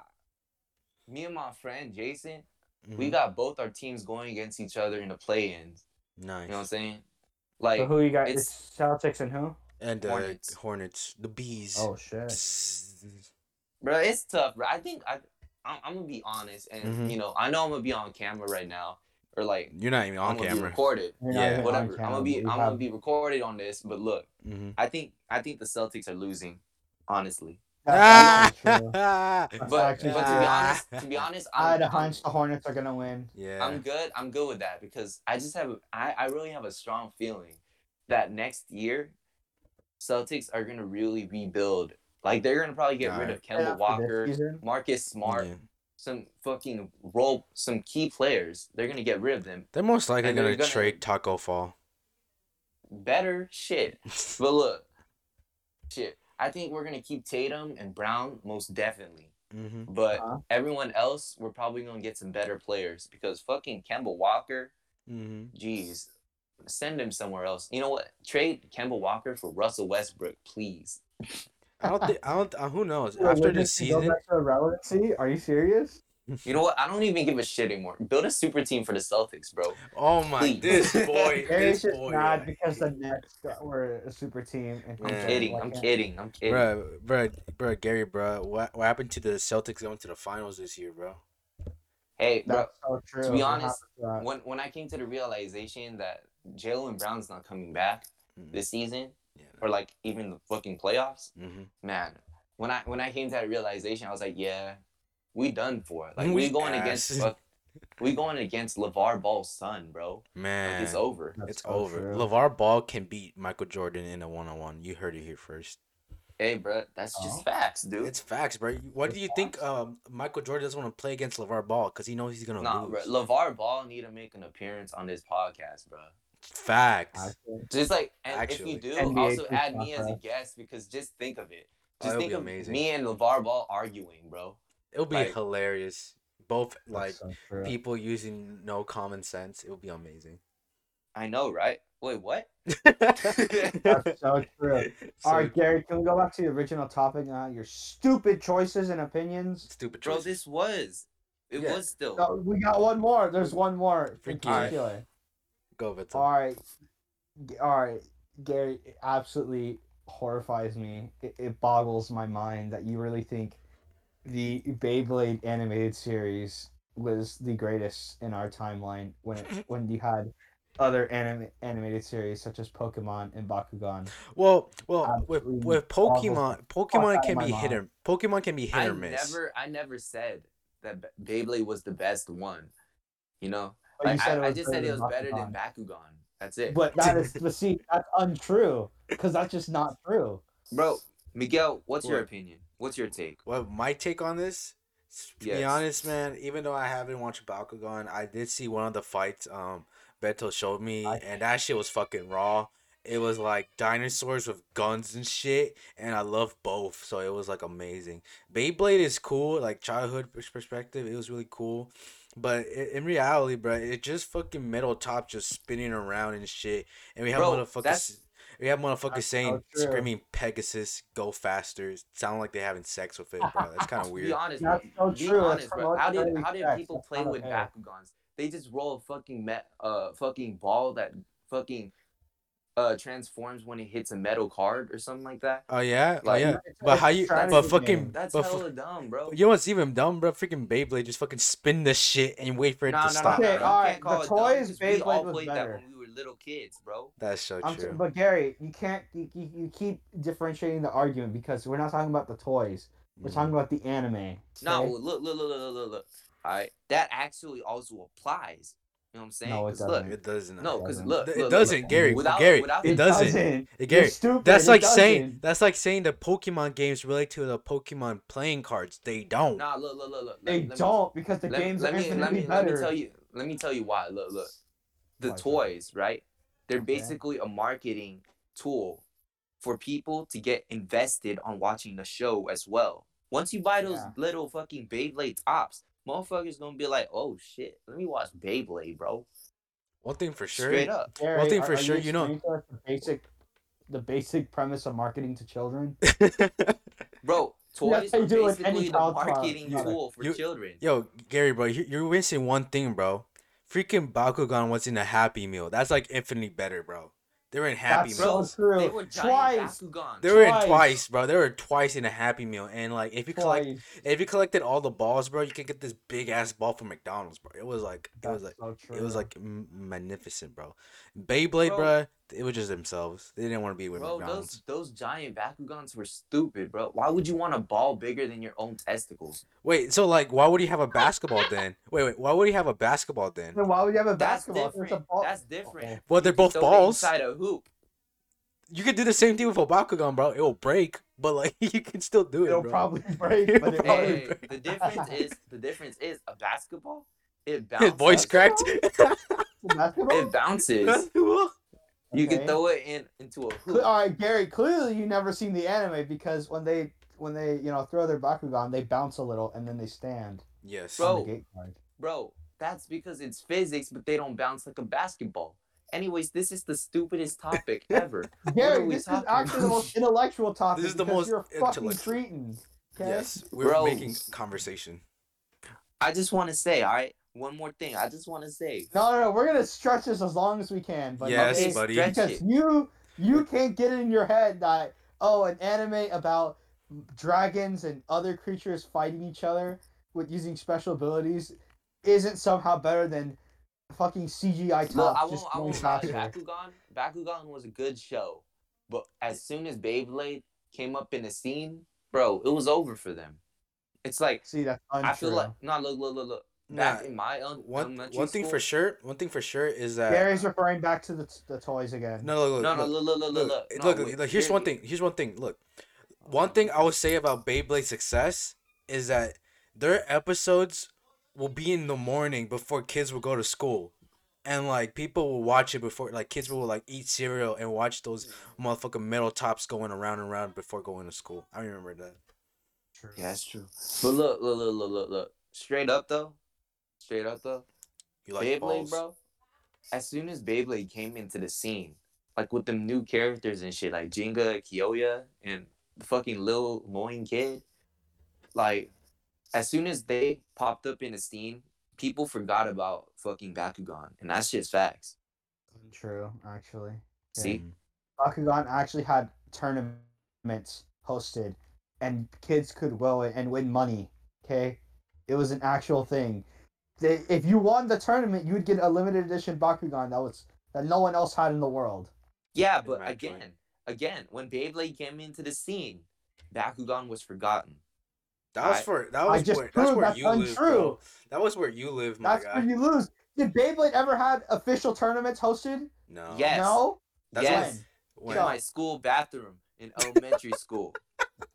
[SPEAKER 3] Me and my friend Jason, we
[SPEAKER 2] Mm-hmm.
[SPEAKER 1] Mhm.
[SPEAKER 3] got both our teams going against each other in the play-ins. You know what I'm
[SPEAKER 1] nice.
[SPEAKER 3] saying? Like,
[SPEAKER 2] so who you got? It's,
[SPEAKER 3] it's-
[SPEAKER 2] Celtics and who?
[SPEAKER 1] And uh, Hornets.
[SPEAKER 3] Hornets.
[SPEAKER 1] the bees.
[SPEAKER 2] Oh shit!
[SPEAKER 1] Psst.
[SPEAKER 3] bro, it's tough. Bro, I think I, I'm, I'm gonna be honest, and
[SPEAKER 2] Mm-hmm.
[SPEAKER 1] Mhm.
[SPEAKER 3] you know, I know I'm gonna be on camera right now, or like
[SPEAKER 1] You're not even on
[SPEAKER 3] I'm gonna be
[SPEAKER 1] camera.
[SPEAKER 3] recorded.
[SPEAKER 2] You're not
[SPEAKER 1] Yeah.
[SPEAKER 2] even on
[SPEAKER 3] Whatever. I'm
[SPEAKER 2] camera,
[SPEAKER 3] gonna be,
[SPEAKER 2] you
[SPEAKER 3] I'm
[SPEAKER 2] have-
[SPEAKER 3] gonna be recorded on this. But look,
[SPEAKER 2] Mm-hmm.
[SPEAKER 1] hmm
[SPEAKER 3] I think, I think the Celtics are losing, honestly. Ah!
[SPEAKER 2] That's actually true.
[SPEAKER 3] But,
[SPEAKER 2] That's
[SPEAKER 3] but to
[SPEAKER 2] actually
[SPEAKER 3] be
[SPEAKER 2] true.
[SPEAKER 3] honest, to be honest,
[SPEAKER 2] I had
[SPEAKER 3] I'm,
[SPEAKER 2] a
[SPEAKER 3] I'm,
[SPEAKER 2] hunch the Hornets are gonna win.
[SPEAKER 1] yeah.
[SPEAKER 3] I'm good. I'm good with that because I just have I, I really have a strong feeling that next year Celtics are gonna really rebuild. Like they're gonna probably get rid of
[SPEAKER 2] Right
[SPEAKER 3] Kemba
[SPEAKER 2] after
[SPEAKER 3] Walker,
[SPEAKER 2] this season,
[SPEAKER 3] Marcus Smart,
[SPEAKER 1] Yeah.
[SPEAKER 3] some fucking role, some key players. They're gonna get rid of them.
[SPEAKER 1] They're most likely
[SPEAKER 3] And they're
[SPEAKER 1] gonna,
[SPEAKER 3] gonna-
[SPEAKER 1] trade Taco Fall.
[SPEAKER 3] Better shit. But look, shit. I think we're gonna keep Tatum and Brown most definitely.
[SPEAKER 1] Mm-hmm.
[SPEAKER 3] But
[SPEAKER 2] Uh-huh.
[SPEAKER 3] everyone else, we're probably gonna get some better players because fucking Kemba Walker,
[SPEAKER 1] Mm-hmm.
[SPEAKER 3] jeez, send him somewhere else. You know what? Trade Kemba Walker for Russell Westbrook, please.
[SPEAKER 1] I don't think. I don't. Uh, who knows?
[SPEAKER 2] Well,
[SPEAKER 1] After
[SPEAKER 2] we're
[SPEAKER 1] this
[SPEAKER 2] just gonna go
[SPEAKER 1] season,
[SPEAKER 2] back to relevancy? Are you serious?
[SPEAKER 3] You know what? I don't even give a shit anymore. Build a super team for the Celtics, bro.
[SPEAKER 1] oh my,
[SPEAKER 3] Please.
[SPEAKER 1] this boy,
[SPEAKER 2] There
[SPEAKER 1] this
[SPEAKER 2] is just
[SPEAKER 1] boy,
[SPEAKER 2] not
[SPEAKER 1] yeah.
[SPEAKER 2] because the Nets got- were a super team. And
[SPEAKER 3] I'm
[SPEAKER 1] Yeah.
[SPEAKER 3] kidding.
[SPEAKER 2] like
[SPEAKER 3] I'm
[SPEAKER 2] that.
[SPEAKER 3] kidding. I'm kidding.
[SPEAKER 1] Bruh, bruh, bruh, Gary, bruh, what, what happened to the Celtics going to the finals this year, bro?
[SPEAKER 3] Hey, bro.
[SPEAKER 2] That's so true.
[SPEAKER 3] to be honest,
[SPEAKER 2] We're not-
[SPEAKER 3] When when I came to the realization that Jalen Brown's not coming back
[SPEAKER 1] Mhm.
[SPEAKER 3] this season,
[SPEAKER 1] Yeah.
[SPEAKER 3] or like even the fucking playoffs,
[SPEAKER 1] Mm-hmm.
[SPEAKER 3] man. When I when I came to that realization, I was like, yeah, we done for. Like
[SPEAKER 1] We
[SPEAKER 3] we going
[SPEAKER 1] ass.
[SPEAKER 3] against fuck, we going against LeVar Ball's son, bro. Like,
[SPEAKER 1] Man,
[SPEAKER 3] it's over.
[SPEAKER 2] that's
[SPEAKER 1] It's
[SPEAKER 2] so
[SPEAKER 1] over.
[SPEAKER 2] true.
[SPEAKER 1] LeVar Ball can beat Michael Jordan in a one on one. You heard it here first.
[SPEAKER 3] Hey, bro, that's
[SPEAKER 2] Oh.
[SPEAKER 3] just facts, dude.
[SPEAKER 1] It's facts, bro. Why do you think um, Michael Jordan doesn't want to play against LeVar Ball? Because he knows he's gonna
[SPEAKER 3] Nah, bro.
[SPEAKER 1] lose.
[SPEAKER 3] LeVar Ball need to make an appearance on this podcast, bro.
[SPEAKER 1] facts.
[SPEAKER 2] Actually,
[SPEAKER 3] Just like, and if
[SPEAKER 1] Actually.
[SPEAKER 3] you do,
[SPEAKER 2] NBA
[SPEAKER 3] also
[SPEAKER 2] Superstar
[SPEAKER 3] add me as a
[SPEAKER 2] Crush.
[SPEAKER 3] guest because just think of it.
[SPEAKER 1] Oh,
[SPEAKER 3] Just
[SPEAKER 1] it'll
[SPEAKER 3] think
[SPEAKER 1] be
[SPEAKER 3] of
[SPEAKER 1] amazing.
[SPEAKER 3] me and LeVar Ball arguing, bro.
[SPEAKER 1] It'll be
[SPEAKER 3] like-
[SPEAKER 1] hilarious. Both
[SPEAKER 2] that's
[SPEAKER 1] like
[SPEAKER 2] so true.
[SPEAKER 1] people using no common sense. It'll be amazing.
[SPEAKER 3] I know, right? Wait, what?
[SPEAKER 2] That's so true.
[SPEAKER 1] So
[SPEAKER 2] All right, Gary, can we go back to the original topic on your stupid choices and opinions?
[SPEAKER 1] stupid.
[SPEAKER 3] Bro,
[SPEAKER 1] choices.
[SPEAKER 3] this was. It
[SPEAKER 1] Yeah.
[SPEAKER 3] was still.
[SPEAKER 2] No, we got one more. There's one more. in
[SPEAKER 1] Freaky. All right.
[SPEAKER 2] particular.
[SPEAKER 1] go Vital.
[SPEAKER 2] All right. G- All right. Gary, it absolutely horrifies me. It, it boggles my mind that you really think the Beyblade animated series was the greatest in our timeline when it, when you had other anime, animated series such as Pokemon and Bakugan.
[SPEAKER 1] Well, well, with
[SPEAKER 2] Absolutely
[SPEAKER 1] with Pokemon,
[SPEAKER 2] out
[SPEAKER 1] Pokemon
[SPEAKER 2] of
[SPEAKER 1] can
[SPEAKER 2] my
[SPEAKER 1] be hit or
[SPEAKER 2] mind.
[SPEAKER 1] Pokemon can be hit
[SPEAKER 3] I
[SPEAKER 1] or miss.
[SPEAKER 3] never, I never said that Be- Beyblade was the best one. You know,
[SPEAKER 2] But Oh, you
[SPEAKER 3] Like, I, I
[SPEAKER 2] was
[SPEAKER 3] just said
[SPEAKER 2] better
[SPEAKER 3] it
[SPEAKER 2] than
[SPEAKER 3] was better
[SPEAKER 2] Bakugan.
[SPEAKER 3] than Bakugan. That's it,
[SPEAKER 2] But that is, but see, that's untrue because that's just not true.
[SPEAKER 3] bro. Miguel, what's your
[SPEAKER 1] What?
[SPEAKER 3] opinion? What's your take?
[SPEAKER 1] Well, my take on this, s- to be
[SPEAKER 3] Yes.
[SPEAKER 1] honest, man, even though I haven't watched Bakugan, I did see one of the fights um Beto showed me,
[SPEAKER 2] I-
[SPEAKER 1] and that shit was fucking raw. It was like dinosaurs with guns and shit, and I love both, so it was like amazing. Beyblade is cool, like childhood pers- perspective, it was really cool. But i in reality, bro, it just fucking metal top just spinning around and shit, and we have
[SPEAKER 3] Bro,
[SPEAKER 1] motherfuckers.
[SPEAKER 3] that's-
[SPEAKER 1] We have motherfuckers
[SPEAKER 2] That's so
[SPEAKER 1] saying,
[SPEAKER 2] true.
[SPEAKER 1] screaming Pegasus, go faster. Sound like they're having sex with it, bro. That's kind of
[SPEAKER 3] Be
[SPEAKER 1] weird.
[SPEAKER 3] honest, bro.
[SPEAKER 2] That's so
[SPEAKER 3] Be
[SPEAKER 2] true.
[SPEAKER 3] honest,
[SPEAKER 2] That's
[SPEAKER 3] bro.
[SPEAKER 2] not
[SPEAKER 3] How did
[SPEAKER 2] really
[SPEAKER 3] how did
[SPEAKER 2] facts.
[SPEAKER 3] people
[SPEAKER 2] That's
[SPEAKER 3] play
[SPEAKER 2] not
[SPEAKER 3] with
[SPEAKER 2] fair.
[SPEAKER 3] Bakugans? They just roll a fucking met uh fucking ball that fucking uh transforms when it hits a metal card or something like that.
[SPEAKER 1] Oh yeah, oh
[SPEAKER 3] Like,
[SPEAKER 1] yeah.
[SPEAKER 2] It's a
[SPEAKER 1] But how you?
[SPEAKER 2] strategy
[SPEAKER 1] But
[SPEAKER 2] game.
[SPEAKER 1] fucking.
[SPEAKER 3] That's
[SPEAKER 1] But fu-
[SPEAKER 3] hella dumb, bro.
[SPEAKER 1] you know what's even dumb, bro? Freaking Beyblade just fucking spin the shit and wait for it
[SPEAKER 3] No,
[SPEAKER 1] to
[SPEAKER 3] no, no,
[SPEAKER 1] stop.
[SPEAKER 3] no,
[SPEAKER 2] Okay,
[SPEAKER 3] no,
[SPEAKER 1] bro.
[SPEAKER 2] all
[SPEAKER 3] you
[SPEAKER 2] right,
[SPEAKER 3] can't call
[SPEAKER 2] the
[SPEAKER 3] it dumb
[SPEAKER 2] toys
[SPEAKER 3] because we all
[SPEAKER 2] Beyblade was
[SPEAKER 3] played
[SPEAKER 2] better.
[SPEAKER 3] that when we were little kids, bro.
[SPEAKER 1] That's so
[SPEAKER 2] I'm
[SPEAKER 1] true.
[SPEAKER 2] t- but Gary, you can't you, you, you keep differentiating the argument because we're not talking about the toys. We're
[SPEAKER 1] Mm.
[SPEAKER 2] talking about the anime.
[SPEAKER 3] No,
[SPEAKER 2] okay?
[SPEAKER 3] well, look, look, look, look, look, look, look. All right, that actually also applies. You know what I'm saying?
[SPEAKER 2] No, it
[SPEAKER 3] 'Cause look,
[SPEAKER 1] It doesn't.
[SPEAKER 3] no, because
[SPEAKER 2] doesn't.
[SPEAKER 3] look,
[SPEAKER 1] It
[SPEAKER 3] look, look,
[SPEAKER 1] doesn't,
[SPEAKER 3] look.
[SPEAKER 1] Gary.
[SPEAKER 3] Without-
[SPEAKER 1] Gary,
[SPEAKER 3] without
[SPEAKER 1] it
[SPEAKER 3] the-
[SPEAKER 1] doesn't. Hey, Gary,
[SPEAKER 2] You're stupid.
[SPEAKER 1] that's
[SPEAKER 2] It
[SPEAKER 1] like saying
[SPEAKER 2] doesn't.
[SPEAKER 1] that's like saying the Pokemon games relate to the Pokemon playing cards. They don't.
[SPEAKER 3] Nah, look, look, look, look. Let-
[SPEAKER 2] they
[SPEAKER 3] let me-
[SPEAKER 2] don't because the games are
[SPEAKER 3] me, let
[SPEAKER 2] infinitely
[SPEAKER 3] me,
[SPEAKER 2] better.
[SPEAKER 3] Let me tell you. Let me tell you why. Look, look. The
[SPEAKER 2] Why, Kyle?
[SPEAKER 3] toys, right? They're
[SPEAKER 2] Okay.
[SPEAKER 3] basically a marketing tool for people to get invested on watching the show as well. Once you buy those
[SPEAKER 2] Yeah.
[SPEAKER 3] little fucking Beyblade tops, motherfuckers gonna be like, "Oh shit, let me watch Beyblade, bro."
[SPEAKER 1] One thing for sure.
[SPEAKER 3] Straight up.
[SPEAKER 2] Gary,
[SPEAKER 1] One thing
[SPEAKER 2] are-
[SPEAKER 1] for
[SPEAKER 2] are
[SPEAKER 1] sure, you know-
[SPEAKER 2] explaining to us the basic, the basic premise of marketing to children.
[SPEAKER 3] Bro, toys
[SPEAKER 2] That's how
[SPEAKER 3] are
[SPEAKER 2] you do it with
[SPEAKER 3] basically
[SPEAKER 2] any
[SPEAKER 3] the
[SPEAKER 2] child product,
[SPEAKER 3] marketing
[SPEAKER 2] brother.
[SPEAKER 3] tool for
[SPEAKER 1] You-
[SPEAKER 3] children.
[SPEAKER 1] Yo, Gary, bro, you- you're missing one thing, bro. Freaking Bakugan was in a Happy Meal. That's like infinitely better, bro. They were in Happy
[SPEAKER 2] that's
[SPEAKER 1] Meals.
[SPEAKER 2] so true.
[SPEAKER 3] They were giant
[SPEAKER 2] Twice.
[SPEAKER 3] Bakugans.
[SPEAKER 1] they were in
[SPEAKER 2] twice.
[SPEAKER 1] twice, bro. They were twice in a Happy Meal, and like if you collect,
[SPEAKER 2] Twice.
[SPEAKER 1] if you collected all the balls, bro, you could get this big ass ball from McDonald's, bro. It was like, it was
[SPEAKER 2] That's
[SPEAKER 1] like,
[SPEAKER 2] so true.
[SPEAKER 1] it was like m- magnificent, bro. Beyblade,
[SPEAKER 3] Bro.
[SPEAKER 1] bro, it was just themselves. They didn't want to be with
[SPEAKER 3] Bro,
[SPEAKER 1] McDonald's.
[SPEAKER 3] those those giant Bakugans were stupid, bro. Why would you want a ball bigger than your own testicles?
[SPEAKER 1] Wait, so like, why would he have a basketball then? Wait, wait, why would he have a basketball then?
[SPEAKER 2] Then why would you have a
[SPEAKER 3] That's
[SPEAKER 2] basketball? if
[SPEAKER 3] different.
[SPEAKER 2] It's a ball. Oh,
[SPEAKER 3] That's different.
[SPEAKER 1] Well, they're both
[SPEAKER 3] Throw it
[SPEAKER 1] balls.
[SPEAKER 3] inside a hoop.
[SPEAKER 1] You could do the same thing with a Bakugan, bro. It will break, but like you can still do it.
[SPEAKER 2] It'll
[SPEAKER 1] bro.
[SPEAKER 2] probably break,
[SPEAKER 1] It'll
[SPEAKER 2] but it
[SPEAKER 1] probably
[SPEAKER 2] won't.
[SPEAKER 3] Hey, the difference is the difference is a basketball. It bounces.
[SPEAKER 1] His voice cracked.
[SPEAKER 2] Basketball?
[SPEAKER 3] It bounces.
[SPEAKER 1] Basketball?
[SPEAKER 3] You
[SPEAKER 2] Okay.
[SPEAKER 3] can throw it in into a
[SPEAKER 2] Cle-
[SPEAKER 3] hoop.
[SPEAKER 2] All right, Gary. Clearly, you never seen the anime because when they when they you know throw their bakugan, they bounce a little and then they stand
[SPEAKER 1] Yes.
[SPEAKER 3] Bro.
[SPEAKER 2] on the gate card.
[SPEAKER 3] Bro, that's because it's physics, but they don't bounce like a basketball. Anyways, this is the stupidest topic ever.
[SPEAKER 2] Gary,
[SPEAKER 3] we
[SPEAKER 2] this is
[SPEAKER 3] talking
[SPEAKER 2] actually the
[SPEAKER 3] about?
[SPEAKER 2] most intellectual topic.
[SPEAKER 1] This is the
[SPEAKER 2] because
[SPEAKER 1] most
[SPEAKER 2] you're a fucking
[SPEAKER 1] intellectual.
[SPEAKER 2] cretin. Okay?
[SPEAKER 1] Yes. We're
[SPEAKER 3] Bro.
[SPEAKER 1] making conversation.
[SPEAKER 3] I just want to say, all right, one more thing. I just want to say,
[SPEAKER 2] No, no, no. We're gonna stretch this as long as we can, but
[SPEAKER 1] Yes,
[SPEAKER 2] okay,
[SPEAKER 1] buddy.
[SPEAKER 3] stretch
[SPEAKER 2] because
[SPEAKER 3] it.
[SPEAKER 2] you you can't get it in your head that oh, an anime about dragons and other creatures fighting each other with using special abilities isn't somehow better than fucking CGI
[SPEAKER 3] Look, I
[SPEAKER 2] top
[SPEAKER 3] won't,
[SPEAKER 2] just
[SPEAKER 3] I
[SPEAKER 2] going
[SPEAKER 3] won't lie.
[SPEAKER 2] faster.
[SPEAKER 3] Bakugan, Bakugan was a good show, but as soon as Beyblade came up in the scene, bro, it was over for them. It's like
[SPEAKER 2] See, that's untrue.
[SPEAKER 3] I feel like no, look, look, look, look.
[SPEAKER 1] Nah,
[SPEAKER 3] Back in my own
[SPEAKER 1] one one thing for sure. One thing for sure is that
[SPEAKER 2] Gary's referring back to the, the toys again.
[SPEAKER 1] no, look, look,
[SPEAKER 3] No, no,
[SPEAKER 1] look,
[SPEAKER 3] look, look, look, look,
[SPEAKER 1] look,
[SPEAKER 3] no,
[SPEAKER 1] look,
[SPEAKER 3] wait,
[SPEAKER 1] look, Here's
[SPEAKER 3] here-
[SPEAKER 1] one thing. Here's one thing. Look, one thing I would say about Beyblade success is that their episodes will be in the morning before kids will go to school. And like people will watch it before like kids will like eat cereal and watch those motherfucking metal tops going around and around before going to school. I remember that.
[SPEAKER 2] True.
[SPEAKER 3] Yeah, that's true. But look, look, look, look, look, look. Straight up though, straight up though.
[SPEAKER 1] You like
[SPEAKER 3] Beyblade,
[SPEAKER 1] balls.
[SPEAKER 3] bro. As soon as Beyblade came into the scene, like with them new characters and shit, like Jenga, Kiyoya, and the fucking Lil Loin Kid, like as soon as they popped up in the scene, people forgot about fucking Bakugan, and that's just facts.
[SPEAKER 2] Untrue, actually. Yeah.
[SPEAKER 3] See,
[SPEAKER 2] Bakugan actually had tournaments hosted, and kids could will it and win money. Okay, it was an actual thing. They, if you won the tournament, you would get a limited edition Bakugan that was that no one else had in the world.
[SPEAKER 3] yeah, but
[SPEAKER 1] my
[SPEAKER 3] again,
[SPEAKER 1] joint.
[SPEAKER 3] again, when Beyblade came into the scene, Bakugan was forgotten.
[SPEAKER 1] That was
[SPEAKER 3] I-
[SPEAKER 1] for that
[SPEAKER 2] I
[SPEAKER 1] was
[SPEAKER 2] just
[SPEAKER 1] where, that's
[SPEAKER 2] proved
[SPEAKER 1] where
[SPEAKER 2] that's
[SPEAKER 1] you live.
[SPEAKER 2] untrue.
[SPEAKER 1] Bro. That was where you live, my
[SPEAKER 2] that's
[SPEAKER 1] guy.
[SPEAKER 2] where you lose. Did Beyblade ever had official tournaments hosted?
[SPEAKER 1] no.
[SPEAKER 3] Yes.
[SPEAKER 2] No.
[SPEAKER 1] That's
[SPEAKER 3] yes,
[SPEAKER 1] When,
[SPEAKER 3] in my school bathroom in elementary school.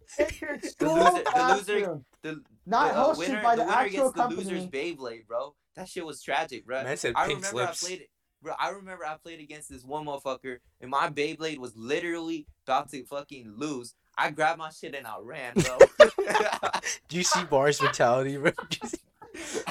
[SPEAKER 2] School
[SPEAKER 3] loser- the loser-
[SPEAKER 2] bathroom,
[SPEAKER 3] The
[SPEAKER 2] not
[SPEAKER 3] uh,
[SPEAKER 2] hosted by the,
[SPEAKER 3] winner
[SPEAKER 2] actual
[SPEAKER 3] gets
[SPEAKER 2] company.
[SPEAKER 3] The loser's Beyblade, bro. That shit was tragic, bro.
[SPEAKER 1] man said
[SPEAKER 3] I
[SPEAKER 1] pink
[SPEAKER 3] remember
[SPEAKER 1] slips.
[SPEAKER 3] I played it. Bro, I remember I played against this one motherfucker, and my Beyblade was literally about to fucking lose. I grabbed my shit and I ran, bro.
[SPEAKER 1] Do you see Bar's mentality, bro? Do you see-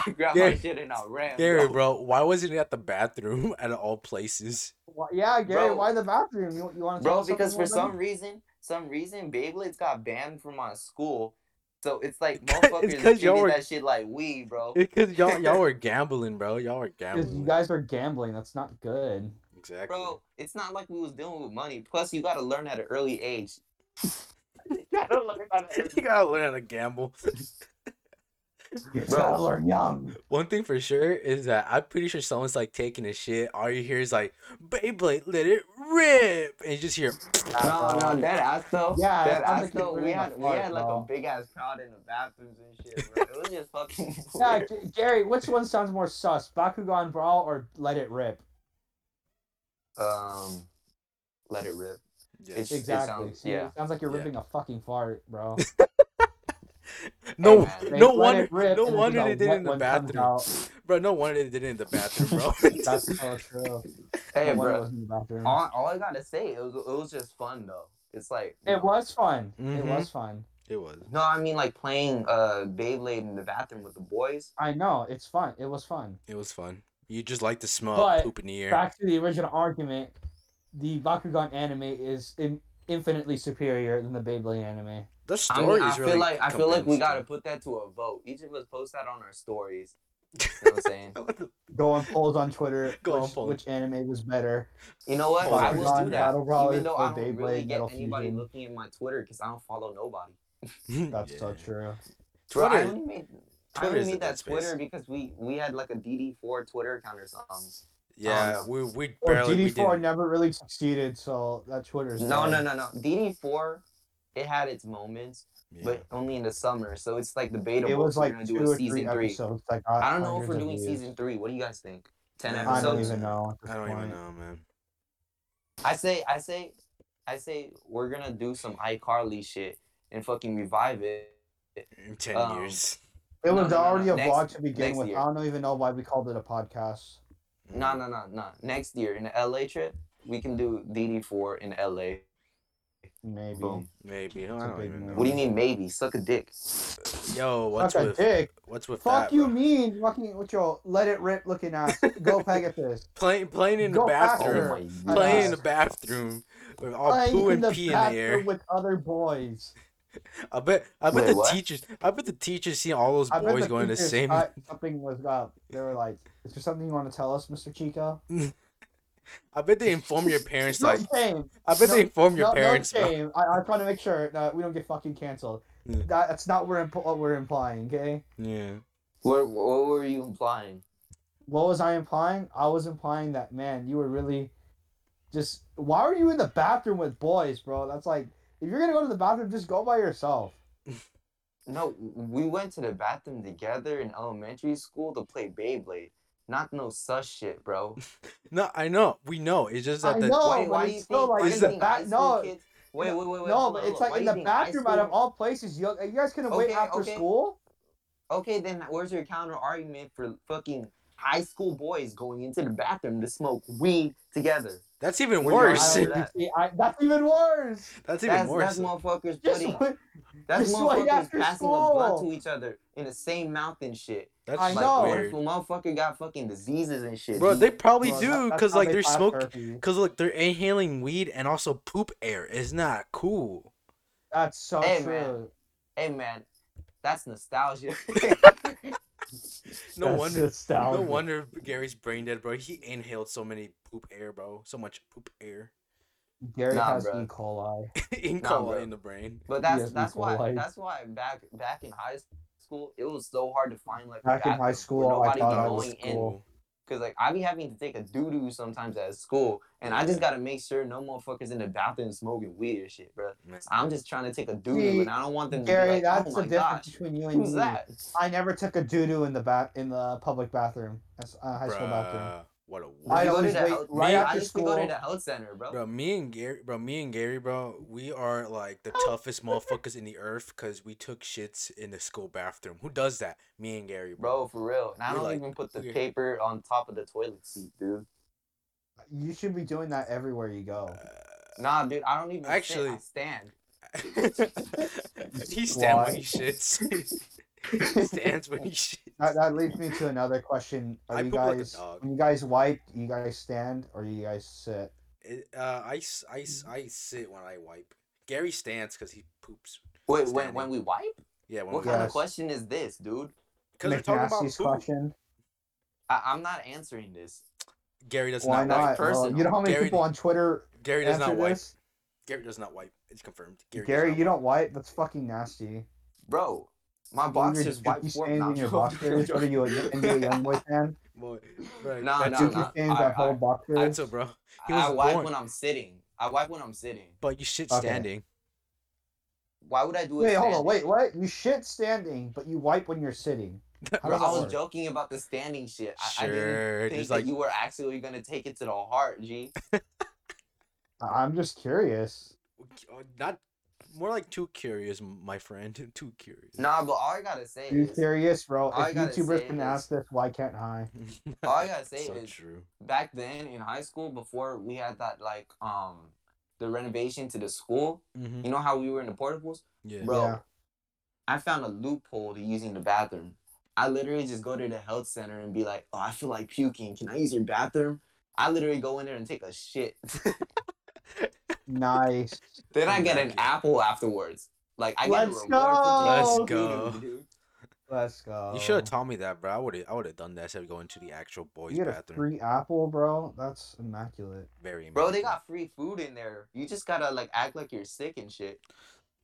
[SPEAKER 3] I grabbed my
[SPEAKER 1] Gary-
[SPEAKER 3] shit and I ran.
[SPEAKER 1] Gary,
[SPEAKER 3] bro.
[SPEAKER 1] bro, why wasn't it at the bathroom at all places?
[SPEAKER 2] Why- yeah, Gary.
[SPEAKER 3] Bro.
[SPEAKER 2] Why the bathroom? You, you want to
[SPEAKER 3] Bro, because for some reason, some reason, Beyblades got banned from my school. So it's like motherfuckers
[SPEAKER 1] 'cause
[SPEAKER 3] treated
[SPEAKER 1] y'all were-
[SPEAKER 3] that shit like weed, bro.
[SPEAKER 1] Because y'all y'all were gambling, bro. Y'all were
[SPEAKER 2] Because
[SPEAKER 1] gambling.
[SPEAKER 2] you guys are gambling. That's not good.
[SPEAKER 1] exactly.
[SPEAKER 3] Bro, it's not like we was dealing with money. Plus, you gotta learn at an early age. you gotta learn at an
[SPEAKER 1] you gotta learn how to gamble.
[SPEAKER 2] You
[SPEAKER 3] Bro.
[SPEAKER 2] gotta learn young.
[SPEAKER 1] One thing for sure is that I'm pretty sure someone's like taking a shit. All you hear is like Beyblade, let it rip, and you just hear.
[SPEAKER 3] No,
[SPEAKER 2] Uh,
[SPEAKER 3] no, that ass though.
[SPEAKER 2] yeah,
[SPEAKER 3] that
[SPEAKER 2] I'm
[SPEAKER 3] ass
[SPEAKER 2] thinking
[SPEAKER 3] though.
[SPEAKER 2] we're
[SPEAKER 3] We
[SPEAKER 2] in the
[SPEAKER 3] had we
[SPEAKER 2] park,
[SPEAKER 3] had like
[SPEAKER 2] bro.
[SPEAKER 3] a big ass crowd in the bathrooms and shit, bro. It was just fucking.
[SPEAKER 2] Yeah,
[SPEAKER 3] weird.
[SPEAKER 2] G- Gary, which one sounds more sus, Bakugan Brawl or Let It Rip?
[SPEAKER 3] Um, let it rip.
[SPEAKER 1] Yes.
[SPEAKER 3] It's-
[SPEAKER 2] Exactly.
[SPEAKER 3] sounds-
[SPEAKER 2] See,
[SPEAKER 3] yeah.
[SPEAKER 2] it sounds like you're
[SPEAKER 1] Yeah.
[SPEAKER 2] ripping a fucking fart, bro.
[SPEAKER 1] No,
[SPEAKER 3] Hey,
[SPEAKER 2] They
[SPEAKER 1] no
[SPEAKER 2] let
[SPEAKER 1] wonder,
[SPEAKER 2] it rip,
[SPEAKER 1] no
[SPEAKER 2] and then
[SPEAKER 1] wonder
[SPEAKER 2] the
[SPEAKER 1] they did it
[SPEAKER 2] wet
[SPEAKER 1] in the
[SPEAKER 2] one comes
[SPEAKER 1] bathroom,
[SPEAKER 2] out.
[SPEAKER 1] bro. No wonder they did it in the bathroom, bro.
[SPEAKER 2] That's so true.
[SPEAKER 3] Hey,
[SPEAKER 2] No wonder it was
[SPEAKER 3] bro.
[SPEAKER 2] in the bathroom.
[SPEAKER 3] All, all I gotta say, it was, it was just fun though. It's like you
[SPEAKER 2] It
[SPEAKER 3] know-
[SPEAKER 2] was fun. It
[SPEAKER 1] Mhm.
[SPEAKER 2] was fun.
[SPEAKER 1] it was.
[SPEAKER 3] No, I mean like playing uh Beyblade in the bathroom with the boys.
[SPEAKER 2] I know it's fun. It was fun.
[SPEAKER 1] It was fun. You just like the smell
[SPEAKER 2] But
[SPEAKER 1] of poop in the air.
[SPEAKER 2] Back to the original argument, the Bakugan anime is in- infinitely superior than the Beyblade anime.
[SPEAKER 1] the
[SPEAKER 3] I,
[SPEAKER 1] story
[SPEAKER 3] mean, I
[SPEAKER 1] is
[SPEAKER 3] feel
[SPEAKER 1] really.
[SPEAKER 3] like I feel like we
[SPEAKER 1] compelling
[SPEAKER 3] gotta
[SPEAKER 1] still.
[SPEAKER 3] put that to a vote. Each of us post that on our stories. You know what I'm saying?
[SPEAKER 2] Go on polls on Twitter.
[SPEAKER 1] Go on
[SPEAKER 2] which,
[SPEAKER 1] polls.
[SPEAKER 2] which anime was better?
[SPEAKER 3] You know what?
[SPEAKER 1] Oh,
[SPEAKER 3] I
[SPEAKER 1] my
[SPEAKER 3] will
[SPEAKER 1] God,
[SPEAKER 3] do that.
[SPEAKER 2] Battle Royale
[SPEAKER 3] Even though I
[SPEAKER 2] for
[SPEAKER 3] don't really
[SPEAKER 2] Beyblade,
[SPEAKER 3] get
[SPEAKER 2] Metal
[SPEAKER 3] anybody
[SPEAKER 2] Fusion.
[SPEAKER 3] looking at my Twitter because I don't follow nobody.
[SPEAKER 2] That's so
[SPEAKER 1] Yeah.
[SPEAKER 2] true.
[SPEAKER 3] Bro, I
[SPEAKER 1] Twitter-
[SPEAKER 3] only made, I
[SPEAKER 1] Twitter
[SPEAKER 3] only
[SPEAKER 1] is a
[SPEAKER 3] made
[SPEAKER 1] dead
[SPEAKER 3] that
[SPEAKER 1] space.
[SPEAKER 3] Twitter because we we had like a DD4 Twitter account or something.
[SPEAKER 1] Yeah,
[SPEAKER 3] Um,
[SPEAKER 1] we we
[SPEAKER 2] Well,
[SPEAKER 1] barely we
[SPEAKER 2] GD4
[SPEAKER 1] didn't.
[SPEAKER 2] never really succeeded, so that Twitter's
[SPEAKER 3] No,
[SPEAKER 2] dead.
[SPEAKER 3] no, no, no. DD4, it had its moments,
[SPEAKER 1] Yeah.
[SPEAKER 3] but only in the summer. So it's like debatable.
[SPEAKER 2] It was
[SPEAKER 3] if we're
[SPEAKER 2] like
[SPEAKER 3] gonna
[SPEAKER 2] two
[SPEAKER 3] do a
[SPEAKER 2] or three
[SPEAKER 3] season three.
[SPEAKER 2] episodes. Like got
[SPEAKER 3] I don't know
[SPEAKER 2] hundreds
[SPEAKER 3] if we're
[SPEAKER 2] of
[SPEAKER 3] doing
[SPEAKER 2] views.
[SPEAKER 3] season three. What do you guys think? Ten
[SPEAKER 1] Man,
[SPEAKER 2] I don't
[SPEAKER 3] episodes.
[SPEAKER 2] even know. at this
[SPEAKER 1] I don't even
[SPEAKER 2] point.
[SPEAKER 1] know, man.
[SPEAKER 3] I say, I say, I say, we're gonna do some iCarly shit and fucking revive it.
[SPEAKER 1] In ten
[SPEAKER 3] Um,
[SPEAKER 1] years.
[SPEAKER 2] It
[SPEAKER 3] No,
[SPEAKER 2] was
[SPEAKER 3] no, no,
[SPEAKER 2] already
[SPEAKER 3] no.
[SPEAKER 2] a
[SPEAKER 3] Next-
[SPEAKER 2] vlog to begin
[SPEAKER 3] next
[SPEAKER 2] with.
[SPEAKER 3] year.
[SPEAKER 1] Mm,
[SPEAKER 2] I don't even know why we called it a podcast.
[SPEAKER 3] No, no, no, no. Next year in the LA trip, we can do DD four in LA.
[SPEAKER 2] Maybe.
[SPEAKER 3] Boom.
[SPEAKER 1] Maybe. I
[SPEAKER 2] It's a
[SPEAKER 1] don't
[SPEAKER 2] big
[SPEAKER 1] even
[SPEAKER 2] move.
[SPEAKER 1] know.
[SPEAKER 3] What do you mean maybe? Suck a dick.
[SPEAKER 1] Yo, what's
[SPEAKER 2] Fuck a
[SPEAKER 1] with
[SPEAKER 2] dick.
[SPEAKER 1] what's with
[SPEAKER 2] Fuck
[SPEAKER 1] that?
[SPEAKER 2] you
[SPEAKER 1] bro?
[SPEAKER 2] mean fucking with your let it rip looking ass. Go Pegasus.
[SPEAKER 1] Playing playing in the
[SPEAKER 2] Go back
[SPEAKER 3] Oh
[SPEAKER 1] bathroom.
[SPEAKER 2] there. my
[SPEAKER 3] my
[SPEAKER 1] Playing in
[SPEAKER 3] god.
[SPEAKER 1] the bathroom with all
[SPEAKER 2] Playing
[SPEAKER 1] poo and
[SPEAKER 2] the
[SPEAKER 1] pee in the air.
[SPEAKER 2] bathroom with other boys.
[SPEAKER 1] I bet I bet
[SPEAKER 3] Wait,
[SPEAKER 1] the
[SPEAKER 3] what?
[SPEAKER 1] teachers I bet the teachers see all those
[SPEAKER 2] I bet
[SPEAKER 1] boys
[SPEAKER 2] the
[SPEAKER 1] going to the
[SPEAKER 2] teachers
[SPEAKER 1] same
[SPEAKER 2] thought something was up. uh, They were like, "Is there something you want to tell us, Mr. Chico?"
[SPEAKER 1] I bet they inform your parents
[SPEAKER 2] No
[SPEAKER 1] like
[SPEAKER 2] shame.
[SPEAKER 1] I bet
[SPEAKER 2] no-
[SPEAKER 1] they inform your
[SPEAKER 2] no,
[SPEAKER 1] parents
[SPEAKER 2] No
[SPEAKER 1] bro.
[SPEAKER 2] shame. I, I'm trying to make sure that we don't get fucking canceled.
[SPEAKER 1] Yeah.
[SPEAKER 2] That, that's not what we're imp- what we're implying. Okay.
[SPEAKER 1] Yeah.
[SPEAKER 3] What, what were you implying?
[SPEAKER 2] What was I implying? I was implying that man, you were really just. Why were you in the bathroom with boys, bro? That's like if you're gonna go to the bathroom, just go by yourself.
[SPEAKER 3] No, we went to the bathroom together in elementary school to play Beyblade. Not no sus shit, bro.
[SPEAKER 1] No, I know. We know. It's just that
[SPEAKER 2] I
[SPEAKER 1] the
[SPEAKER 2] know.
[SPEAKER 3] why,
[SPEAKER 2] but
[SPEAKER 3] why do
[SPEAKER 2] it's
[SPEAKER 3] you
[SPEAKER 2] still like
[SPEAKER 3] think, why do
[SPEAKER 1] in
[SPEAKER 3] you
[SPEAKER 1] the
[SPEAKER 3] think
[SPEAKER 2] ba-
[SPEAKER 3] high school
[SPEAKER 2] no.
[SPEAKER 3] kids? Wait, wait, wait, wait.
[SPEAKER 2] no,
[SPEAKER 3] hold
[SPEAKER 2] but
[SPEAKER 3] on,
[SPEAKER 2] it's like
[SPEAKER 3] hold on. Why
[SPEAKER 2] in
[SPEAKER 3] do you
[SPEAKER 2] the
[SPEAKER 3] think high
[SPEAKER 2] bathroom out of
[SPEAKER 3] school-
[SPEAKER 2] all places. You, are you guys gonna wait
[SPEAKER 3] Okay,
[SPEAKER 2] after
[SPEAKER 3] okay.
[SPEAKER 2] school?
[SPEAKER 3] Okay, then where's your counter argument for fucking high school boys going into the bathroom to smoke weed together?
[SPEAKER 1] that's even
[SPEAKER 3] We're not
[SPEAKER 1] worse.
[SPEAKER 3] allowed that.
[SPEAKER 2] See, I, that's even worse.
[SPEAKER 1] That's even
[SPEAKER 3] That's,
[SPEAKER 1] worse.
[SPEAKER 3] that's motherfuckers
[SPEAKER 2] Just
[SPEAKER 3] putting,
[SPEAKER 2] wait-
[SPEAKER 3] that's
[SPEAKER 2] just like
[SPEAKER 3] motherfuckers
[SPEAKER 2] after
[SPEAKER 3] passing a blunt
[SPEAKER 2] school.
[SPEAKER 3] to each other in the same mouth and shit.
[SPEAKER 1] That's
[SPEAKER 2] I
[SPEAKER 1] just
[SPEAKER 3] Like,
[SPEAKER 2] know.
[SPEAKER 3] what
[SPEAKER 1] weird.
[SPEAKER 3] if a motherfucker got fucking diseases and shit?
[SPEAKER 1] Bro,
[SPEAKER 3] He-
[SPEAKER 1] they probably
[SPEAKER 2] Bro,
[SPEAKER 1] do
[SPEAKER 2] that- that's
[SPEAKER 1] because
[SPEAKER 2] how
[SPEAKER 1] like
[SPEAKER 2] they
[SPEAKER 1] they're
[SPEAKER 2] pass
[SPEAKER 1] smoking.
[SPEAKER 2] curfew.
[SPEAKER 1] Because look, they're inhaling weed and also poop air. It's not cool.
[SPEAKER 2] That's so
[SPEAKER 3] Hey,
[SPEAKER 2] true.
[SPEAKER 3] man. hey man, that's nostalgia.
[SPEAKER 1] No
[SPEAKER 2] That's
[SPEAKER 1] wonder. No
[SPEAKER 2] nostalgic.
[SPEAKER 1] wonder Gary's brain dead, bro. He inhaled so many poop air, bro. So much poop air.
[SPEAKER 2] Gary
[SPEAKER 3] Nah,
[SPEAKER 2] has
[SPEAKER 3] bro.
[SPEAKER 2] E. coli.
[SPEAKER 1] Ink
[SPEAKER 3] Nah,
[SPEAKER 1] all
[SPEAKER 3] bro.
[SPEAKER 1] in the brain.
[SPEAKER 3] But that's
[SPEAKER 2] Yes,
[SPEAKER 3] that's
[SPEAKER 2] we
[SPEAKER 3] why
[SPEAKER 2] collide.
[SPEAKER 3] that's why back back in high school it was so hard to find like a
[SPEAKER 2] Back in high
[SPEAKER 3] bathroom where
[SPEAKER 2] school, I
[SPEAKER 3] nobody be
[SPEAKER 2] thought I
[SPEAKER 3] going
[SPEAKER 2] was
[SPEAKER 3] in.
[SPEAKER 2] cool.
[SPEAKER 3] Cause like I be having to take a doo doo sometimes at school, and I just gotta make sure no motherfuckers in the bathroom smoking weed or shit, bro.
[SPEAKER 1] Man.
[SPEAKER 3] I'm just trying to take a doo
[SPEAKER 2] See,
[SPEAKER 3] doo, and I don't want them to
[SPEAKER 2] Gary,
[SPEAKER 3] be like,
[SPEAKER 2] that's
[SPEAKER 3] "Oh
[SPEAKER 2] the
[SPEAKER 3] my
[SPEAKER 2] difference
[SPEAKER 3] gosh,
[SPEAKER 2] between you and
[SPEAKER 3] who's
[SPEAKER 2] me.
[SPEAKER 3] that?"
[SPEAKER 2] I never took a doo doo in the bath in the public bathroom, that's, uh, high school bathroom.
[SPEAKER 1] Bruh, What a
[SPEAKER 2] I
[SPEAKER 1] waste.
[SPEAKER 3] You go to
[SPEAKER 2] always
[SPEAKER 3] the
[SPEAKER 2] wait
[SPEAKER 3] health-
[SPEAKER 2] right
[SPEAKER 1] Me-
[SPEAKER 3] I
[SPEAKER 2] after
[SPEAKER 3] used to go to
[SPEAKER 2] school.
[SPEAKER 3] the health center, bro.
[SPEAKER 1] Bro, me and Gary, bro, me and Gary, bro, we are like the toughest motherfuckers in the earth because we took shits in the school bathroom. Who does that? Me and Gary, bro.
[SPEAKER 3] Bro, for real. And I
[SPEAKER 1] We're
[SPEAKER 3] don't
[SPEAKER 1] like-
[SPEAKER 3] even put the
[SPEAKER 1] we're-
[SPEAKER 3] paper on top of the toilet seat, dude.
[SPEAKER 2] You should be doing that everywhere you go.
[SPEAKER 3] Nah, dude, I don't even sit, I
[SPEAKER 1] Uh, Actually-
[SPEAKER 3] stand.
[SPEAKER 1] he stands
[SPEAKER 2] Why?
[SPEAKER 1] when he shits. he stands when he shits.
[SPEAKER 2] That, that leads me to another question: Are
[SPEAKER 1] I
[SPEAKER 2] you
[SPEAKER 1] poop like a
[SPEAKER 2] guys
[SPEAKER 1] dog.
[SPEAKER 2] when you guys wipe, you guys stand or you guys sit?
[SPEAKER 1] It- uh, I, s- I, s- I sit when I wipe. Gary stands because he poops.
[SPEAKER 3] Wait, when
[SPEAKER 1] Standing.
[SPEAKER 3] when we wipe?
[SPEAKER 1] Yeah, when
[SPEAKER 3] What
[SPEAKER 1] we
[SPEAKER 3] kind of
[SPEAKER 2] Yes.
[SPEAKER 3] question is this, dude?
[SPEAKER 1] because we're talking about
[SPEAKER 2] McNasty's
[SPEAKER 1] poop.
[SPEAKER 2] question.
[SPEAKER 3] I, I'm not answering this.
[SPEAKER 1] Gary does
[SPEAKER 2] Why
[SPEAKER 1] not. wipe.
[SPEAKER 2] not?
[SPEAKER 3] like
[SPEAKER 2] Well, you know how many
[SPEAKER 1] Gary-
[SPEAKER 2] people on Twitter
[SPEAKER 1] Gary does
[SPEAKER 2] answer
[SPEAKER 1] not wipe.
[SPEAKER 2] this?
[SPEAKER 1] Gary does not wipe. It's confirmed.
[SPEAKER 2] Gary,
[SPEAKER 1] does not
[SPEAKER 2] you
[SPEAKER 1] wipe.
[SPEAKER 2] don't wipe. That's fucking nasty.
[SPEAKER 3] Bro, my
[SPEAKER 2] When
[SPEAKER 3] boxers
[SPEAKER 2] you're
[SPEAKER 3] wipe
[SPEAKER 2] dookie
[SPEAKER 3] for
[SPEAKER 2] stains
[SPEAKER 3] nah,
[SPEAKER 2] in your
[SPEAKER 3] bro.
[SPEAKER 2] boxers. What are you, a NBA young boy fan?
[SPEAKER 1] Boy, bro,
[SPEAKER 3] Nah,
[SPEAKER 1] that's
[SPEAKER 3] nah,
[SPEAKER 1] it,
[SPEAKER 2] Dookie
[SPEAKER 1] bro.
[SPEAKER 3] nah.
[SPEAKER 2] stains
[SPEAKER 3] I-
[SPEAKER 2] that whole
[SPEAKER 3] I-
[SPEAKER 2] boxer.
[SPEAKER 1] That's it, bro. He was
[SPEAKER 3] I wipe
[SPEAKER 1] born-
[SPEAKER 3] when I'm sitting. I wipe when I'm sitting.
[SPEAKER 1] But you shit
[SPEAKER 2] Okay.
[SPEAKER 1] standing.
[SPEAKER 3] Why would I do it?
[SPEAKER 2] Wait, hold on.
[SPEAKER 3] standing?
[SPEAKER 2] Wait, what? You shit standing, but you wipe when you're sitting. How
[SPEAKER 3] Bro,
[SPEAKER 2] does
[SPEAKER 3] I
[SPEAKER 2] that
[SPEAKER 3] was
[SPEAKER 2] work?
[SPEAKER 3] joking about the standing shit. I, I didn't
[SPEAKER 1] Sure.
[SPEAKER 3] think
[SPEAKER 1] Just
[SPEAKER 3] that
[SPEAKER 1] like
[SPEAKER 3] you were actually gonna take it to the heart, G.
[SPEAKER 2] I- I'm just curious.
[SPEAKER 1] uh, not more like too curious, m- my friend. Too curious.
[SPEAKER 3] Nah, but all I gotta say
[SPEAKER 2] You
[SPEAKER 3] is,
[SPEAKER 2] serious, bro?
[SPEAKER 3] all I
[SPEAKER 2] If
[SPEAKER 3] gotta
[SPEAKER 2] YouTubers
[SPEAKER 3] say
[SPEAKER 2] can
[SPEAKER 3] is-
[SPEAKER 2] ask this, why can't I?
[SPEAKER 3] all I gotta say
[SPEAKER 1] so
[SPEAKER 3] is,
[SPEAKER 1] true.
[SPEAKER 3] back then in high school, before we had that like um the renovation to the school,
[SPEAKER 1] hmm
[SPEAKER 3] you know how we were in the portables,
[SPEAKER 1] Yeah.
[SPEAKER 3] bro.
[SPEAKER 2] Yeah.
[SPEAKER 3] I found a loophole to using the bathroom. I literally just go to the health center and be like, "Oh, I feel like puking. Can I use your bathroom?" I literally go in there and take a shit.
[SPEAKER 2] Nice.
[SPEAKER 3] Then I get an
[SPEAKER 1] Exactly.
[SPEAKER 3] apple afterwards. Like I get
[SPEAKER 2] Let's
[SPEAKER 3] a reward for taking
[SPEAKER 1] go!
[SPEAKER 3] a
[SPEAKER 1] Let's
[SPEAKER 3] photo, dude.
[SPEAKER 2] Let's go.
[SPEAKER 1] You should have told me that, bro. I would have. I would have done that instead of going to the actual boys'
[SPEAKER 2] Um, You got a
[SPEAKER 1] bathroom.
[SPEAKER 2] free apple, bro. That's immaculate.
[SPEAKER 1] Very.
[SPEAKER 3] Bro, they
[SPEAKER 1] important.
[SPEAKER 3] got free food in there. You just gotta like act like you're sick and shit.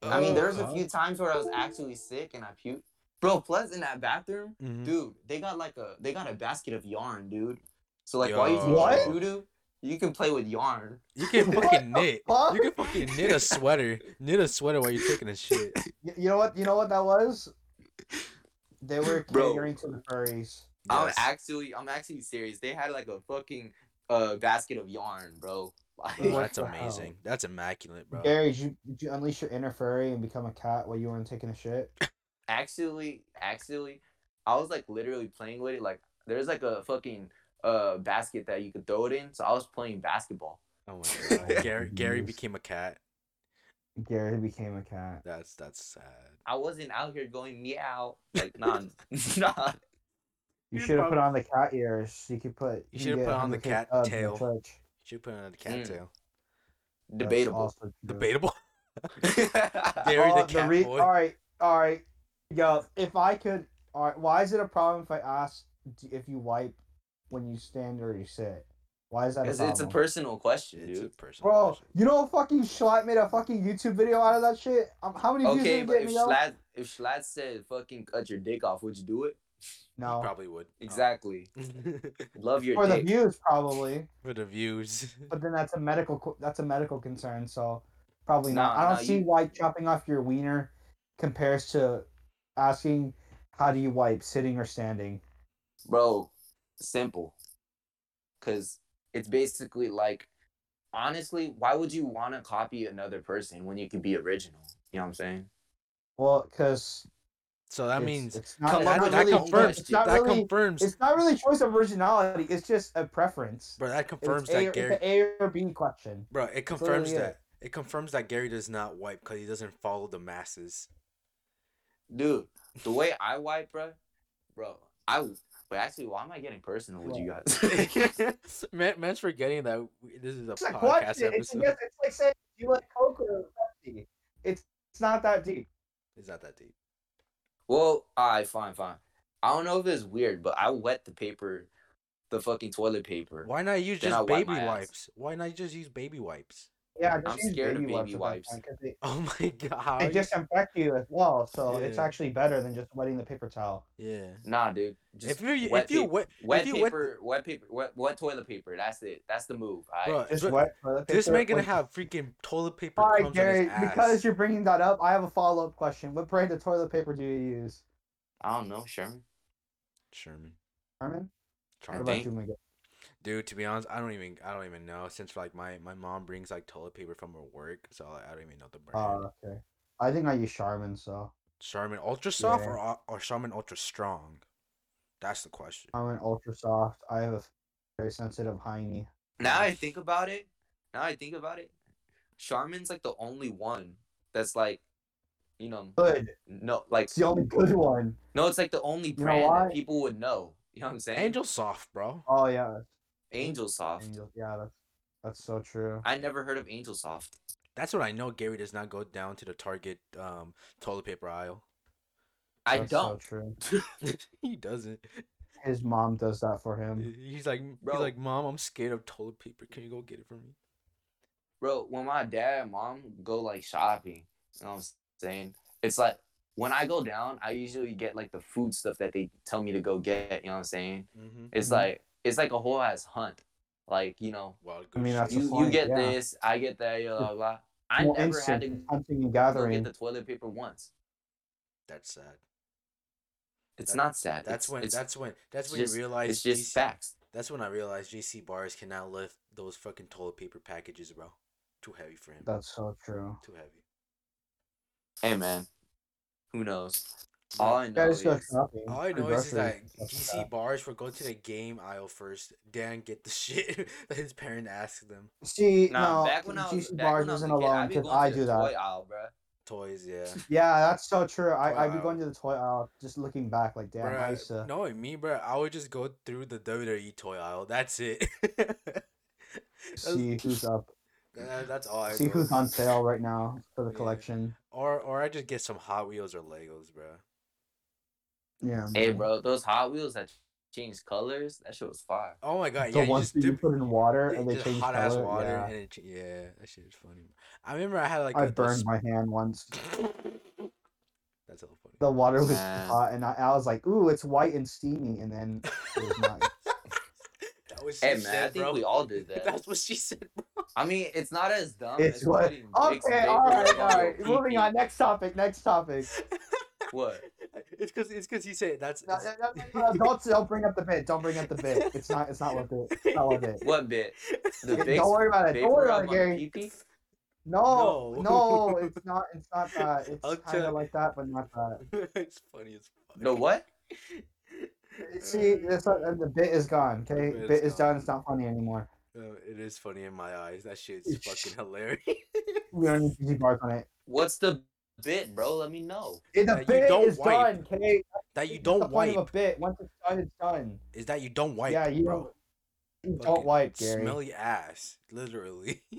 [SPEAKER 3] I mean, there's a
[SPEAKER 2] Oh.
[SPEAKER 3] few times where I was actually sick and I puked. Bro, plus in that bathroom,
[SPEAKER 2] Hmm.
[SPEAKER 1] Mhm.
[SPEAKER 3] dude, they got like a they got a basket of yarn, dude. So like while you're
[SPEAKER 2] What?
[SPEAKER 3] doing doo doo, you can play with yarn.
[SPEAKER 1] You can
[SPEAKER 2] What
[SPEAKER 1] fucking
[SPEAKER 2] the
[SPEAKER 1] knit.
[SPEAKER 2] fuck?
[SPEAKER 1] You can fucking knit a sweater. knit a sweater while you're taking a shit.
[SPEAKER 2] Y- You know what? You know what that was? They were
[SPEAKER 3] Bro.
[SPEAKER 2] catering to the furries.
[SPEAKER 3] I'm
[SPEAKER 1] Yes.
[SPEAKER 3] actually I'm actually serious. They had like a fucking uh basket of yarn, bro. Like,
[SPEAKER 1] Bro,
[SPEAKER 2] What
[SPEAKER 1] that's
[SPEAKER 2] the hell?
[SPEAKER 1] amazing. That's immaculate, bro.
[SPEAKER 2] Gary, did you, did you unleash your inner furry and become a cat while you weren't taking a shit?
[SPEAKER 3] actually actually i was like literally playing with it like there's like a fucking uh basket that you could throw it in so i was playing basketball
[SPEAKER 1] Oh my god. Gary Gary
[SPEAKER 2] Yes.
[SPEAKER 1] became a cat.
[SPEAKER 2] Gary became a cat.
[SPEAKER 1] That's that's sad.
[SPEAKER 3] I wasn't out here going meow. Like nah, nah.
[SPEAKER 2] You
[SPEAKER 1] You'd
[SPEAKER 2] should have put
[SPEAKER 1] probably-
[SPEAKER 2] on the cat ears. You could put.
[SPEAKER 1] You should've
[SPEAKER 2] get
[SPEAKER 1] put on the
[SPEAKER 2] 100K
[SPEAKER 1] cat
[SPEAKER 2] subs in
[SPEAKER 1] tail.
[SPEAKER 2] Twitch.
[SPEAKER 1] Should put on the cat
[SPEAKER 3] Mm.
[SPEAKER 1] tail.
[SPEAKER 2] That's
[SPEAKER 3] Debatable.
[SPEAKER 2] also true.
[SPEAKER 1] Debatable.
[SPEAKER 3] There-
[SPEAKER 1] Gary the
[SPEAKER 2] Oh,
[SPEAKER 1] cat boy.
[SPEAKER 2] All right, all right, yo. If I could, all right. Why is it a problem if I ask d- if you wipe when you stand or you sit? Why is that a
[SPEAKER 3] it's,
[SPEAKER 2] problem?
[SPEAKER 3] it's a personal question,
[SPEAKER 1] It's a
[SPEAKER 3] dude.
[SPEAKER 1] personal
[SPEAKER 2] Bro,
[SPEAKER 1] question.
[SPEAKER 2] you know, fucking Schlatt made a fucking YouTube video out of that shit. Um, how many views
[SPEAKER 3] Okay,
[SPEAKER 2] did it
[SPEAKER 3] but
[SPEAKER 2] get
[SPEAKER 3] if
[SPEAKER 2] me? yo?
[SPEAKER 3] Schlatt if Schlatt said fucking cut your dick off, would you do it?
[SPEAKER 1] You
[SPEAKER 2] no,
[SPEAKER 1] probably would.
[SPEAKER 3] Exactly. Love your
[SPEAKER 2] for the
[SPEAKER 3] dick.
[SPEAKER 2] views probably.
[SPEAKER 1] For the views.
[SPEAKER 2] But then that's a medical co- that's a medical concern, so probably not.
[SPEAKER 3] Nah,
[SPEAKER 2] I don't
[SPEAKER 3] nah,
[SPEAKER 2] see
[SPEAKER 3] you-
[SPEAKER 2] why chopping off your wiener compares to asking how do you wipe, sitting or standing.
[SPEAKER 3] Bro, simple. Cause it's basically like honestly, why would you wanna copy another person when you can be original? You know what I'm saying?
[SPEAKER 2] Well, because
[SPEAKER 1] So that means
[SPEAKER 2] it's not,
[SPEAKER 3] Come
[SPEAKER 2] it's
[SPEAKER 3] on,
[SPEAKER 2] not
[SPEAKER 1] that,
[SPEAKER 3] that's
[SPEAKER 1] that
[SPEAKER 2] really a
[SPEAKER 3] confirms-
[SPEAKER 1] confirms
[SPEAKER 2] choice. It's not
[SPEAKER 1] that
[SPEAKER 2] really
[SPEAKER 1] confirms
[SPEAKER 2] it's not really choice of originality. It's just a preference.
[SPEAKER 1] bro that confirms
[SPEAKER 2] it's a,
[SPEAKER 1] that
[SPEAKER 2] or-
[SPEAKER 1] Gary
[SPEAKER 2] It's an A or B question.
[SPEAKER 1] bro it confirms
[SPEAKER 2] yeah.
[SPEAKER 1] that it confirms that Gary does not wipe because he doesn't follow the masses.
[SPEAKER 3] Dude, the way I wipe, bro, bro, I wait, actually, why am I getting personal with you guys?
[SPEAKER 1] Man, man's forgetting that we- this is a
[SPEAKER 2] It's like
[SPEAKER 1] podcast
[SPEAKER 2] question. It's,
[SPEAKER 1] episode.
[SPEAKER 2] like- it's like saying do you like Coke or Pepsi. It's it's not that deep.
[SPEAKER 1] It's not that deep.
[SPEAKER 3] well, alright, fine, fine. I don't know if it's weird, but I wet the paper, the fucking toilet paper.
[SPEAKER 1] Why not use
[SPEAKER 3] Then
[SPEAKER 1] just
[SPEAKER 3] I wipe
[SPEAKER 1] baby
[SPEAKER 3] my ass.
[SPEAKER 1] wipes? Why not just use baby wipes?
[SPEAKER 2] Yeah, just
[SPEAKER 3] I'm
[SPEAKER 2] use
[SPEAKER 3] scared of baby wipes.
[SPEAKER 2] at that point, 'cause they-
[SPEAKER 1] Oh my god.
[SPEAKER 2] They disinfect you as well, so it's
[SPEAKER 1] Yeah.
[SPEAKER 2] actually better than just wetting the paper towel.
[SPEAKER 1] yeah.
[SPEAKER 3] Nah, dude. Just
[SPEAKER 1] if you
[SPEAKER 3] wet
[SPEAKER 1] if you
[SPEAKER 3] paper.
[SPEAKER 1] wet,
[SPEAKER 3] wet
[SPEAKER 1] if you wet-
[SPEAKER 3] paper, wet paper, wet, wet toilet paper. That's it. That's the move. All
[SPEAKER 1] bro,
[SPEAKER 3] right.
[SPEAKER 2] Just
[SPEAKER 1] bro,
[SPEAKER 2] wet toilet paper.
[SPEAKER 1] this man gonna
[SPEAKER 2] with-
[SPEAKER 1] have freaking toilet paper
[SPEAKER 2] All right,
[SPEAKER 1] crumbs on his
[SPEAKER 2] Gary.
[SPEAKER 1] ass.
[SPEAKER 2] Because you're bringing that up, I have a follow up question. What brand of toilet paper do you use,
[SPEAKER 3] I don't know, Sherman.
[SPEAKER 1] Sherman,
[SPEAKER 2] Armin? What
[SPEAKER 1] Charlie.
[SPEAKER 2] about
[SPEAKER 3] think-
[SPEAKER 2] you, Miguel?
[SPEAKER 1] dude. To be honest, I don't even I don't even know since like my my mom brings like toilet paper from her work, so like, I don't even know the brand.
[SPEAKER 2] Oh, okay. I think I use Charmin, so
[SPEAKER 1] Charmin Ultra Soft
[SPEAKER 2] yeah.
[SPEAKER 1] or uh, or or Charmin Ultra Strong? That's the question.
[SPEAKER 2] Charmin Ultra Soft. I have a very sensitive hiney.
[SPEAKER 3] Now I think about it. Now I think about it. Charmin's like the only one that's like, you know,
[SPEAKER 2] Good.
[SPEAKER 3] no, like
[SPEAKER 2] It's the only good one.
[SPEAKER 3] no. It's like the only
[SPEAKER 2] know
[SPEAKER 3] brand that
[SPEAKER 2] why?
[SPEAKER 3] people would know. You know what I'm saying?
[SPEAKER 1] Angel Soft, bro.
[SPEAKER 2] Oh yeah,
[SPEAKER 3] Angel Soft.
[SPEAKER 2] Angel. Yeah, that's that's so true.
[SPEAKER 3] I never heard of Angel Soft.
[SPEAKER 1] That's what I know. Gary does not go down to the Target um toilet paper aisle.
[SPEAKER 3] I
[SPEAKER 2] That's
[SPEAKER 3] don't.
[SPEAKER 2] So true.
[SPEAKER 1] he doesn't.
[SPEAKER 2] His mom does that for him.
[SPEAKER 1] He's like
[SPEAKER 3] Bro.
[SPEAKER 1] he's like, mom, I'm scared of toilet paper. Can you go get it for me?
[SPEAKER 3] bro, when my dad and mom go like shopping, you know what I'm saying? It's like when I go down, I usually get like the food stuff that they tell me to go get, you know what I'm saying?
[SPEAKER 1] Mm-hmm.
[SPEAKER 3] It's
[SPEAKER 2] Mhm.
[SPEAKER 3] like it's like a whole ass hunt. Like, you know,
[SPEAKER 1] Well,
[SPEAKER 2] I mean,
[SPEAKER 1] shit.
[SPEAKER 2] that's the
[SPEAKER 3] you, you
[SPEAKER 2] point,
[SPEAKER 3] get
[SPEAKER 2] yeah.
[SPEAKER 3] this, I get that, blah blah blah. I
[SPEAKER 2] Well,
[SPEAKER 3] never had
[SPEAKER 2] instinct,
[SPEAKER 3] to
[SPEAKER 2] hunting and
[SPEAKER 3] go get
[SPEAKER 2] gathering.
[SPEAKER 3] the toilet paper once.
[SPEAKER 1] that's sad.
[SPEAKER 3] It's
[SPEAKER 1] That-
[SPEAKER 3] not sad.
[SPEAKER 1] That's
[SPEAKER 3] It's-
[SPEAKER 1] when
[SPEAKER 3] it's,
[SPEAKER 1] that's when that's when
[SPEAKER 3] just-
[SPEAKER 1] you realize
[SPEAKER 3] it's just
[SPEAKER 1] GC
[SPEAKER 3] facts.
[SPEAKER 1] That's when I realized GC bars cannot lift those fucking toilet paper packages, bro. Too heavy for him.
[SPEAKER 2] That's so true.
[SPEAKER 1] Too heavy.
[SPEAKER 3] Hey man. Who knows? All I
[SPEAKER 2] You
[SPEAKER 3] know
[SPEAKER 2] guys
[SPEAKER 3] is,
[SPEAKER 2] go shopping.
[SPEAKER 1] All I
[SPEAKER 2] for
[SPEAKER 1] know is, is that
[SPEAKER 2] groceries and stuff
[SPEAKER 1] GC
[SPEAKER 2] like
[SPEAKER 1] bars will go to the game aisle first, then get the shit that his parent asks them.
[SPEAKER 2] that. See,
[SPEAKER 3] nah,
[SPEAKER 2] no,
[SPEAKER 3] back when I was
[SPEAKER 2] GC
[SPEAKER 3] back
[SPEAKER 2] bars
[SPEAKER 3] when I was a
[SPEAKER 2] isn't
[SPEAKER 3] kid,
[SPEAKER 2] alone
[SPEAKER 3] I'd be
[SPEAKER 2] because
[SPEAKER 3] going
[SPEAKER 2] I
[SPEAKER 3] to the
[SPEAKER 2] do that.
[SPEAKER 3] toy aisle, bruh.
[SPEAKER 1] Toys, yeah.
[SPEAKER 2] Yeah, that's so true.
[SPEAKER 1] Toy
[SPEAKER 2] I I'd be
[SPEAKER 1] aisle.
[SPEAKER 2] going to the toy aisle, just looking back, like damn, I used
[SPEAKER 1] Bruh,
[SPEAKER 2] to.
[SPEAKER 1] knowing me, bro, I would just go through the WWE toy aisle. That's it. That-
[SPEAKER 2] See who's up.
[SPEAKER 1] that's all I
[SPEAKER 2] See who's
[SPEAKER 1] do.
[SPEAKER 2] on sale right now for the
[SPEAKER 1] Yeah.
[SPEAKER 2] collection.
[SPEAKER 1] Or, or I just get some Hot Wheels or Legos, bro.
[SPEAKER 2] Yeah.
[SPEAKER 3] Hey, bro, those Hot Wheels that change colors, that shit was fire.
[SPEAKER 1] Oh my god,
[SPEAKER 2] The
[SPEAKER 1] yeah, you
[SPEAKER 2] ones
[SPEAKER 1] just
[SPEAKER 2] that you
[SPEAKER 1] dip-
[SPEAKER 2] put in water
[SPEAKER 1] Yeah,
[SPEAKER 2] and they
[SPEAKER 1] just
[SPEAKER 2] change
[SPEAKER 1] hot ass
[SPEAKER 2] color.
[SPEAKER 1] water
[SPEAKER 2] yeah.
[SPEAKER 1] and it, ch- yeah, that shit is funny. I remember I had like
[SPEAKER 2] I
[SPEAKER 1] a- a
[SPEAKER 2] burned
[SPEAKER 1] sp-
[SPEAKER 2] my hand once.
[SPEAKER 1] That's so funny.
[SPEAKER 2] The water was
[SPEAKER 3] Man.
[SPEAKER 2] hot, and I, I was like, "Ooh, it's white and steamy," and then it was not.
[SPEAKER 1] That was she
[SPEAKER 3] Hey, man, I
[SPEAKER 1] said,
[SPEAKER 3] think
[SPEAKER 1] bro.
[SPEAKER 3] we all did that.
[SPEAKER 1] That's what she said. Bro.
[SPEAKER 3] I mean, it's not as dumb
[SPEAKER 2] It's
[SPEAKER 3] as
[SPEAKER 2] what.
[SPEAKER 3] putting dicks
[SPEAKER 2] Okay,
[SPEAKER 3] and
[SPEAKER 2] all
[SPEAKER 3] papers
[SPEAKER 2] right,
[SPEAKER 3] on
[SPEAKER 2] all
[SPEAKER 3] your
[SPEAKER 2] right.
[SPEAKER 3] pee-pee.
[SPEAKER 2] Moving on. Next topic. Next topic.
[SPEAKER 3] What?
[SPEAKER 1] It's because it's because he said that's.
[SPEAKER 2] No,
[SPEAKER 1] it's-
[SPEAKER 2] no, no, no, don't don't bring up the bit. Don't bring up the bit. It's not. It's not worth it. It's not worth it.
[SPEAKER 3] What bit? The
[SPEAKER 2] Don't
[SPEAKER 3] big
[SPEAKER 2] worry about it. Don't worry about it, Gary.
[SPEAKER 3] pee-pee?
[SPEAKER 2] No,
[SPEAKER 1] No.
[SPEAKER 2] no, it's not. It's not that. It's
[SPEAKER 1] I'll
[SPEAKER 2] kind
[SPEAKER 1] tell-
[SPEAKER 2] of like that, but not that.
[SPEAKER 1] it's funny as fuck.
[SPEAKER 3] The what?
[SPEAKER 2] See, that's not, the bit is gone. Okay,
[SPEAKER 1] The
[SPEAKER 2] bit,
[SPEAKER 1] bit's
[SPEAKER 2] is
[SPEAKER 1] gone.
[SPEAKER 2] done. It's not funny anymore.
[SPEAKER 1] Uh, it is funny in my eyes. That shit's fucking hilarious.
[SPEAKER 2] We don't need to bark on it.
[SPEAKER 3] What's the bit, bro? Let me know.
[SPEAKER 2] It- The
[SPEAKER 1] That you
[SPEAKER 2] bit
[SPEAKER 1] don't
[SPEAKER 2] is
[SPEAKER 1] wipe.
[SPEAKER 2] done, okay?
[SPEAKER 1] That you
[SPEAKER 2] That's
[SPEAKER 1] don't
[SPEAKER 2] the point
[SPEAKER 1] wipe
[SPEAKER 2] of a bit. Once it's done, it's done.
[SPEAKER 1] is that you don't wipe.
[SPEAKER 2] yeah, you
[SPEAKER 1] bro.
[SPEAKER 2] don't. You don't
[SPEAKER 1] Fucking
[SPEAKER 2] wipe, Gary.
[SPEAKER 1] Smelly ass, literally.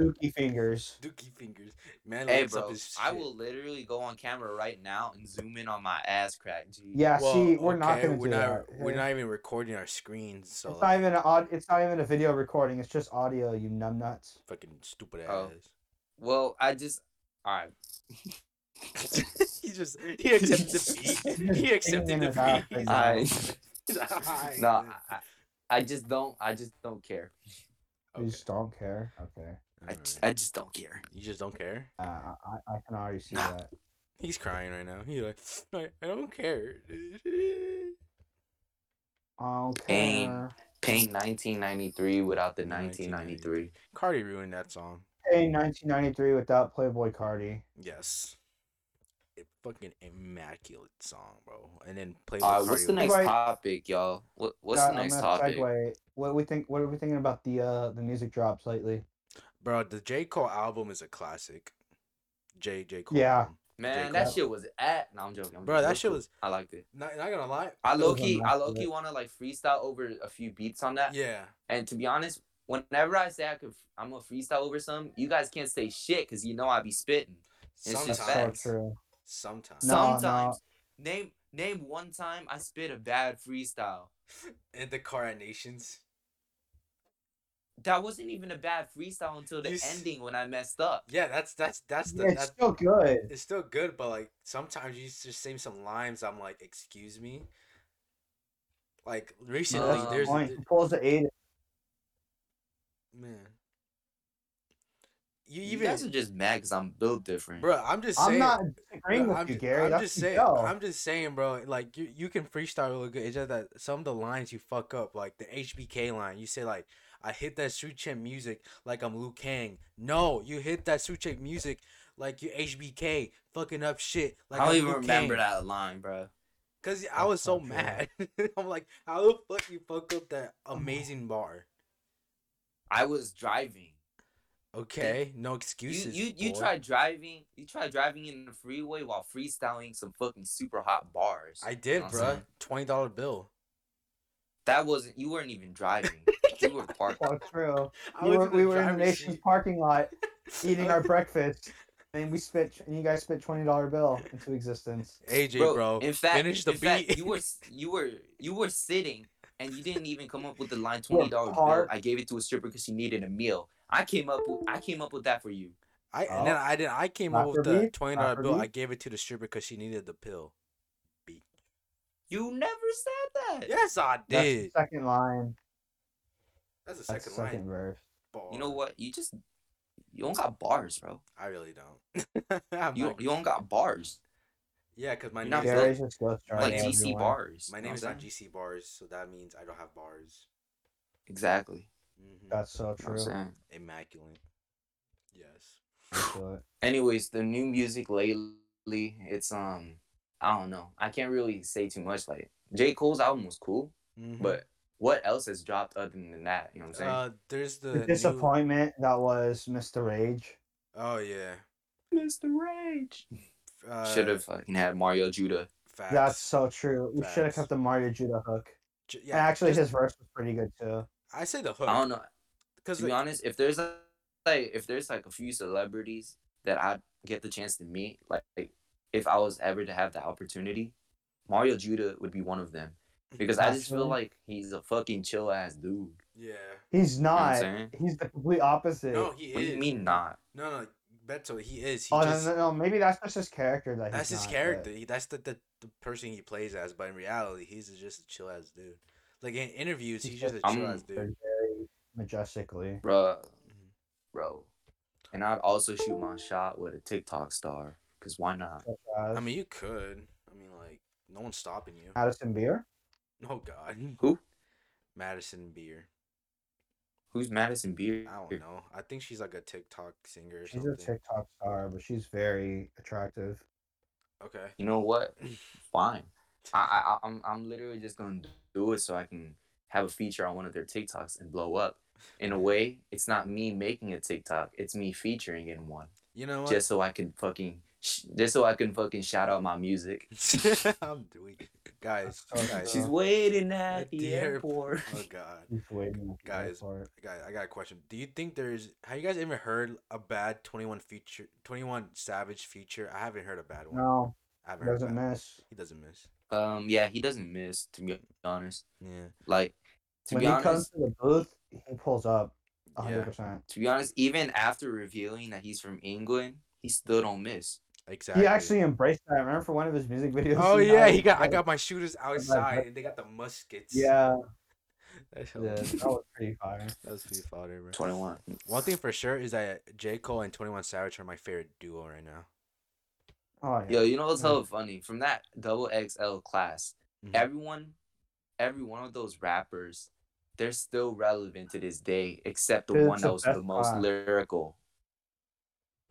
[SPEAKER 2] Dookie fingers.
[SPEAKER 1] Dookie fingers. Man
[SPEAKER 3] Hey,
[SPEAKER 1] lights up
[SPEAKER 3] bro,
[SPEAKER 1] his
[SPEAKER 3] I
[SPEAKER 1] shit.
[SPEAKER 3] will literally go on camera right now and zoom in on my ass crack. G.
[SPEAKER 2] Yeah,
[SPEAKER 1] Well,
[SPEAKER 2] see, we're not
[SPEAKER 1] okay,
[SPEAKER 2] gonna
[SPEAKER 1] we're
[SPEAKER 2] do
[SPEAKER 1] not,
[SPEAKER 2] that.
[SPEAKER 1] We're not even recording our screens, so
[SPEAKER 2] It's
[SPEAKER 1] like,
[SPEAKER 2] not even an odd. It's not even a video recording. It's just audio. You numbnuts.
[SPEAKER 1] fucking stupid
[SPEAKER 3] Oh.
[SPEAKER 1] ass.
[SPEAKER 3] Well, I just. All right.
[SPEAKER 1] he just he accepted defeat. He accepted
[SPEAKER 2] Singing it out
[SPEAKER 1] defeat.
[SPEAKER 2] right
[SPEAKER 3] I,
[SPEAKER 1] He's-
[SPEAKER 3] no, I, I- I just don't. I just don't care.
[SPEAKER 2] You just don't care. Okay.
[SPEAKER 3] I,
[SPEAKER 1] Alright.
[SPEAKER 3] just, I just don't care.
[SPEAKER 1] You just don't care.
[SPEAKER 2] Uh, I I can already see
[SPEAKER 3] Nah.
[SPEAKER 2] that.
[SPEAKER 1] He's crying right now. He's like, I, I don't care.
[SPEAKER 2] Okay.
[SPEAKER 3] Pain. Paint 1993 without the
[SPEAKER 1] 1993.
[SPEAKER 3] 1993.
[SPEAKER 1] Cardi ruined that song.
[SPEAKER 2] Hey, 1993 without Playboy Cardi.
[SPEAKER 1] Yes. It fucking immaculate song, bro. And then play
[SPEAKER 3] All right, Uh, what's the next
[SPEAKER 2] Right.
[SPEAKER 3] topic, y'all? What, what's
[SPEAKER 2] Yeah,
[SPEAKER 3] the next
[SPEAKER 2] I'm gonna
[SPEAKER 3] topic?
[SPEAKER 2] Segue. What we think? What are we thinking about the uh the music drops lately?
[SPEAKER 1] Bro, the J. Cole album is a classic. J. J. Cole.
[SPEAKER 2] Yeah.
[SPEAKER 1] album.
[SPEAKER 3] Man,
[SPEAKER 1] J.
[SPEAKER 3] that
[SPEAKER 1] Cole.
[SPEAKER 3] shit was at. No, I'm joking. I'm
[SPEAKER 1] Bro,
[SPEAKER 3] joking.
[SPEAKER 1] that
[SPEAKER 3] It
[SPEAKER 1] shit
[SPEAKER 3] cool.
[SPEAKER 1] was-
[SPEAKER 3] I liked it.
[SPEAKER 1] Not, not gonna lie.
[SPEAKER 3] I
[SPEAKER 2] was
[SPEAKER 3] low key, I
[SPEAKER 2] immaculate.
[SPEAKER 3] low key want to like freestyle over a few beats on that.
[SPEAKER 1] Yeah.
[SPEAKER 3] And to be honest, whenever I say I could, I'm gonna freestyle over some, you guys can't say shit because you know I be spitting. It's
[SPEAKER 1] Sometimes.
[SPEAKER 3] just
[SPEAKER 2] So
[SPEAKER 3] facts.
[SPEAKER 2] true.
[SPEAKER 1] Sometimes.
[SPEAKER 2] No,
[SPEAKER 3] Sometimes, name name one time I spit a bad freestyle.
[SPEAKER 1] And the Carnations.
[SPEAKER 3] That wasn't even a bad freestyle until the
[SPEAKER 1] You s-
[SPEAKER 3] ending when I messed up.
[SPEAKER 1] Yeah, that's that's that's the
[SPEAKER 2] Yeah, it's
[SPEAKER 1] that's
[SPEAKER 2] still good.
[SPEAKER 1] it's still good, but like sometimes you just say some lines. I'm like, excuse me. Like
[SPEAKER 2] Yeah,
[SPEAKER 1] recently,
[SPEAKER 2] that's
[SPEAKER 3] Uh,
[SPEAKER 2] the
[SPEAKER 1] there's
[SPEAKER 2] point. He pulls the eight.
[SPEAKER 1] man. You
[SPEAKER 3] You,
[SPEAKER 1] even,
[SPEAKER 3] guys are just mad because I'm built different.
[SPEAKER 1] bro. I'm just saying.
[SPEAKER 2] I'm not disagreeing
[SPEAKER 1] bro,
[SPEAKER 2] with
[SPEAKER 1] I'm
[SPEAKER 2] you,
[SPEAKER 1] ju-
[SPEAKER 2] Gary.
[SPEAKER 1] I'm
[SPEAKER 2] That's
[SPEAKER 1] just
[SPEAKER 2] the
[SPEAKER 1] saying.
[SPEAKER 2] show.
[SPEAKER 1] I'm just saying, bro. Like you, you can freestyle really good. It's just that some of the lines you fuck up, like the HBK line. You say like, "I hit that Su Chen music like I'm Liu Kang." No, you hit that Su Chen music like you HBK fucking up shit. Like
[SPEAKER 3] I
[SPEAKER 1] I'm
[SPEAKER 3] don't even
[SPEAKER 1] Liu
[SPEAKER 3] remember
[SPEAKER 1] Kang.
[SPEAKER 3] that line, bro.
[SPEAKER 1] Cause I
[SPEAKER 2] That's
[SPEAKER 1] was so
[SPEAKER 2] not true.
[SPEAKER 1] mad. I'm like, how the fuck you fuck up that
[SPEAKER 2] on.
[SPEAKER 1] amazing bar?
[SPEAKER 3] I was driving.
[SPEAKER 1] Okay, no
[SPEAKER 3] You
[SPEAKER 1] excuses.
[SPEAKER 3] you, you
[SPEAKER 1] boy.
[SPEAKER 3] tried driving. You tried driving in the freeway while freestyling some fucking super hot bars.
[SPEAKER 1] I did,
[SPEAKER 3] Awesome.
[SPEAKER 1] bruh. Twenty dollar bill.
[SPEAKER 3] That wasn't. You weren't even driving. you were parked.
[SPEAKER 2] So true.
[SPEAKER 1] I
[SPEAKER 2] We
[SPEAKER 1] was
[SPEAKER 2] were,
[SPEAKER 1] in the
[SPEAKER 2] we were in the
[SPEAKER 1] driver's
[SPEAKER 2] nation's
[SPEAKER 1] seat.
[SPEAKER 2] parking lot eating our breakfast, and we spit. And you guys spit twenty dollar bill into existence.
[SPEAKER 1] AJ, bro.
[SPEAKER 3] In fact,
[SPEAKER 1] finish the
[SPEAKER 3] in fact,
[SPEAKER 1] beat.
[SPEAKER 3] you were you were you were sitting and you didn't even come up with the line
[SPEAKER 2] You were
[SPEAKER 3] twenty dollar bill.
[SPEAKER 2] parked.
[SPEAKER 3] I gave it to a stripper because she needed a meal. I came up with, I came up with that for you.
[SPEAKER 1] I and then
[SPEAKER 2] Oh.
[SPEAKER 1] I did. I came
[SPEAKER 2] Not
[SPEAKER 1] up
[SPEAKER 2] for
[SPEAKER 1] with the
[SPEAKER 2] me,
[SPEAKER 1] twenty
[SPEAKER 2] not
[SPEAKER 1] dollar
[SPEAKER 2] for
[SPEAKER 1] bill.
[SPEAKER 2] me.
[SPEAKER 1] I gave it to the stripper because she needed the pill.
[SPEAKER 3] You never said that.
[SPEAKER 1] Yes, I
[SPEAKER 2] That's the
[SPEAKER 1] did.
[SPEAKER 2] second line.
[SPEAKER 1] That's the
[SPEAKER 2] That's
[SPEAKER 1] second
[SPEAKER 2] the second
[SPEAKER 1] line.
[SPEAKER 2] verse.
[SPEAKER 1] Bar.
[SPEAKER 3] You know what? You just you don't got bars, bro.
[SPEAKER 1] I really don't. I'm
[SPEAKER 3] You
[SPEAKER 1] not-
[SPEAKER 3] you don't got bars.
[SPEAKER 1] yeah, cause my name
[SPEAKER 3] you're not
[SPEAKER 1] is
[SPEAKER 3] built-
[SPEAKER 1] not,
[SPEAKER 2] Gary's just ghost
[SPEAKER 1] My
[SPEAKER 3] like
[SPEAKER 1] name-
[SPEAKER 3] GC bars.
[SPEAKER 1] my
[SPEAKER 3] you know
[SPEAKER 1] name is
[SPEAKER 3] what I'm
[SPEAKER 1] not
[SPEAKER 3] saying?
[SPEAKER 1] GC bars, so that means I don't have bars.
[SPEAKER 3] Exactly.
[SPEAKER 1] Mhm.
[SPEAKER 2] That's so
[SPEAKER 3] You know what I'm
[SPEAKER 2] true.
[SPEAKER 3] saying?
[SPEAKER 1] Immaculate. Yes.
[SPEAKER 2] Do it.
[SPEAKER 3] Anyways, the new music lately, it's um, I don't know. I can't really say too much. Like J Cole's album was cool.
[SPEAKER 1] Mhm.
[SPEAKER 3] But what else has dropped other than that? You know what I'm saying?
[SPEAKER 1] Uh, there's the
[SPEAKER 2] The
[SPEAKER 1] new-
[SPEAKER 2] disappointment that was Mr. Rage.
[SPEAKER 1] Oh yeah,
[SPEAKER 3] Mr. Rage.
[SPEAKER 1] uh,
[SPEAKER 3] Should have fucking had Mario Judah.
[SPEAKER 1] facts.
[SPEAKER 2] That's so true. We should have
[SPEAKER 1] Facts.
[SPEAKER 2] kept the Mario Judah hook.
[SPEAKER 1] J-
[SPEAKER 2] and actually,
[SPEAKER 1] just-
[SPEAKER 2] his verse was pretty good too.
[SPEAKER 1] I say the
[SPEAKER 3] I don't
[SPEAKER 1] hook
[SPEAKER 3] know.
[SPEAKER 1] because
[SPEAKER 3] To be honest, if there's a, like if there's like a few celebrities that I get the chance to meet, like, like, if I was ever to have the opportunity, Mario Judah would be one of them. Because I just feel
[SPEAKER 2] Actually.
[SPEAKER 3] like he's a fucking chill ass dude.
[SPEAKER 1] yeah.
[SPEAKER 2] He's
[SPEAKER 3] You know what I'm
[SPEAKER 2] not.
[SPEAKER 3] saying?
[SPEAKER 2] He's the complete opposite.
[SPEAKER 1] No, he
[SPEAKER 3] What do
[SPEAKER 1] is.
[SPEAKER 3] you mean not?
[SPEAKER 1] No, no, Beto. He is. He
[SPEAKER 2] oh
[SPEAKER 1] just,
[SPEAKER 2] no, no, no, maybe that's just his character. That he's
[SPEAKER 1] that's his
[SPEAKER 2] not, but-
[SPEAKER 1] character. He, that's the, the the person he plays as. But in reality, he's just a chill ass dude. Like in interviews, he's just a
[SPEAKER 3] I'm-
[SPEAKER 1] chill ass dude.
[SPEAKER 2] Very majestically.
[SPEAKER 3] Bruh,
[SPEAKER 1] Mhm.
[SPEAKER 3] bro. And I'd also shoot my shot with a TikTok star. Because why not?
[SPEAKER 2] such as
[SPEAKER 1] I mean, you could. I mean, like no one's stopping you.
[SPEAKER 2] Madison Beer.
[SPEAKER 1] Oh God.
[SPEAKER 3] Who?
[SPEAKER 1] Madison Beer.
[SPEAKER 3] Who's Madison Beer?
[SPEAKER 1] I don't know. I think she's like a TikTok singer or
[SPEAKER 2] She's a
[SPEAKER 1] something.
[SPEAKER 2] TikTok star, but she's very attractive.
[SPEAKER 1] okay.
[SPEAKER 3] you know what? Fine. I, I I- I'm I'm literally just gonna do it so I can have a feature on one of their TikToks and blow up. In a way, it's not me making a TikTok; it's me featuring in one,
[SPEAKER 1] You know what?
[SPEAKER 3] just so I can fucking, sh- just so I can fucking shout out my music.
[SPEAKER 1] I'm doing it. Guys,
[SPEAKER 2] Oh,
[SPEAKER 1] guys.
[SPEAKER 3] She's waiting at the,
[SPEAKER 1] The
[SPEAKER 3] airport.
[SPEAKER 1] airport. Oh god.
[SPEAKER 2] He's waiting. at the
[SPEAKER 1] Guys.
[SPEAKER 2] airport.
[SPEAKER 1] Guys, I got a question. Do you think there's have you guys ever heard a bad 21 feature 21 Savage feature? I haven't heard a bad one.
[SPEAKER 2] No,
[SPEAKER 1] I haven't heard a
[SPEAKER 2] doesn't
[SPEAKER 1] bad-
[SPEAKER 2] miss.
[SPEAKER 1] He doesn't miss.
[SPEAKER 3] Um, yeah, he doesn't miss. To be honest,
[SPEAKER 1] Yeah.
[SPEAKER 3] like, to
[SPEAKER 2] when
[SPEAKER 3] be
[SPEAKER 2] he
[SPEAKER 3] honest,
[SPEAKER 2] comes to the booth, he pulls up a
[SPEAKER 1] Yeah.
[SPEAKER 2] 100%.
[SPEAKER 3] to be honest, even after revealing that he's from England, he still don't miss.
[SPEAKER 1] Exactly.
[SPEAKER 2] He actually embraced that. I remember for one of his music videos.
[SPEAKER 1] Oh
[SPEAKER 2] he
[SPEAKER 1] yeah,
[SPEAKER 2] had-
[SPEAKER 1] he got I got my shooters outside
[SPEAKER 2] but-
[SPEAKER 1] and they got the muskets.
[SPEAKER 2] Yeah,
[SPEAKER 1] That's
[SPEAKER 2] yeah, Oh. that was pretty fire.
[SPEAKER 1] That's pretty fodder, bro.
[SPEAKER 3] Twenty one.
[SPEAKER 1] One thing for sure is that J. Cole and 21 Savage are my favorite duo right now.
[SPEAKER 2] Oh yeah. Mm-hmm.
[SPEAKER 3] Yo, you know what's hella funny? From that double XL class,
[SPEAKER 1] Mhm.
[SPEAKER 3] everyone, every one of those rappers, they're still relevant to this day, except the
[SPEAKER 2] It's
[SPEAKER 3] one
[SPEAKER 2] the
[SPEAKER 3] that was the
[SPEAKER 2] best
[SPEAKER 3] most
[SPEAKER 2] class.
[SPEAKER 3] lyrical.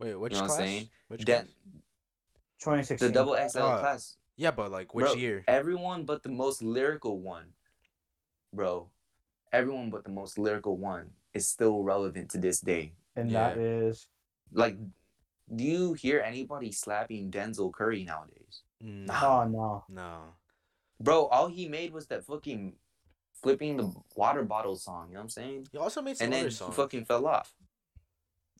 [SPEAKER 1] Wait, which
[SPEAKER 3] know what I'm
[SPEAKER 1] class?
[SPEAKER 3] saying?
[SPEAKER 1] Which
[SPEAKER 3] That
[SPEAKER 1] class?
[SPEAKER 3] the
[SPEAKER 2] 2016.
[SPEAKER 3] double XL
[SPEAKER 1] Uh,
[SPEAKER 3] class,
[SPEAKER 1] Yeah, but like which
[SPEAKER 3] bro, eh,
[SPEAKER 1] year?
[SPEAKER 3] Everyone but the most lyrical one, bro. Everyone but the most lyrical one is still relevant to this day.
[SPEAKER 2] and
[SPEAKER 1] Yeah.
[SPEAKER 2] that is
[SPEAKER 3] Like, do you hear anybody slapping Denzel Curry nowadays?
[SPEAKER 1] No.
[SPEAKER 2] oh no.
[SPEAKER 1] No.
[SPEAKER 3] Bro, all he made was that fucking flipping the water bottle song, you know what I'm saying?
[SPEAKER 1] He also made some
[SPEAKER 3] And
[SPEAKER 1] other
[SPEAKER 3] then he
[SPEAKER 1] songs.
[SPEAKER 3] fucking fell off.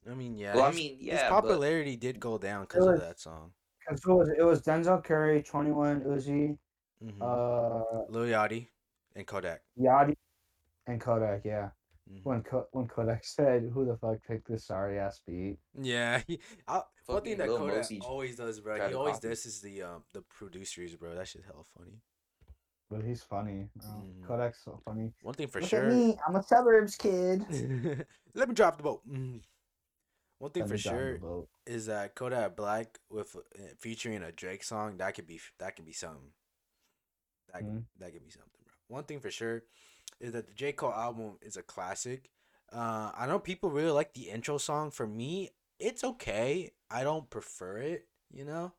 [SPEAKER 1] I mean, yeah.
[SPEAKER 3] well, I
[SPEAKER 1] his-
[SPEAKER 3] mean,
[SPEAKER 1] his
[SPEAKER 3] yeah, but
[SPEAKER 1] popularity did go down because of
[SPEAKER 2] was-
[SPEAKER 1] that song.
[SPEAKER 2] 'Cause who was it? It was Denzel Curry, 21 Uzi,
[SPEAKER 1] Mm-hmm.
[SPEAKER 2] uh,
[SPEAKER 1] Lil Yachty and Kodak.
[SPEAKER 2] Yachty, and Kodak. Yeah.
[SPEAKER 3] Mm-hmm.
[SPEAKER 1] Mhm.
[SPEAKER 2] When Ko- when Kodak said, "Who the fuck picked this sorry ass beat?"
[SPEAKER 1] Yeah, he, I, one
[SPEAKER 3] Fucking
[SPEAKER 1] thing that
[SPEAKER 3] Lil
[SPEAKER 1] Kodak
[SPEAKER 3] Mosey
[SPEAKER 1] always does, bro.
[SPEAKER 3] tried
[SPEAKER 1] He
[SPEAKER 3] to
[SPEAKER 1] always
[SPEAKER 3] copy.
[SPEAKER 1] does is the um the producers, bro. That shit hella funny.
[SPEAKER 2] But he's funny. bro.
[SPEAKER 3] Mm-hmm.
[SPEAKER 1] Mhm.
[SPEAKER 2] Kodak's so funny.
[SPEAKER 1] One thing for
[SPEAKER 2] Look at
[SPEAKER 1] sure.
[SPEAKER 2] me. I'm a suburbs kid.
[SPEAKER 1] Let me drop the boat. Mhm. One thing
[SPEAKER 2] Let
[SPEAKER 1] for
[SPEAKER 2] me down the
[SPEAKER 1] sure
[SPEAKER 2] boat.
[SPEAKER 1] is that Kodak Black with uh, featuring a Drake song that could be that could be something. That
[SPEAKER 2] Mhm.
[SPEAKER 1] that could be something, bro. One thing for sure is that the J Cole album is a classic. Uh, I know people really like the intro song. For me, it's okay. I don't prefer it. You know,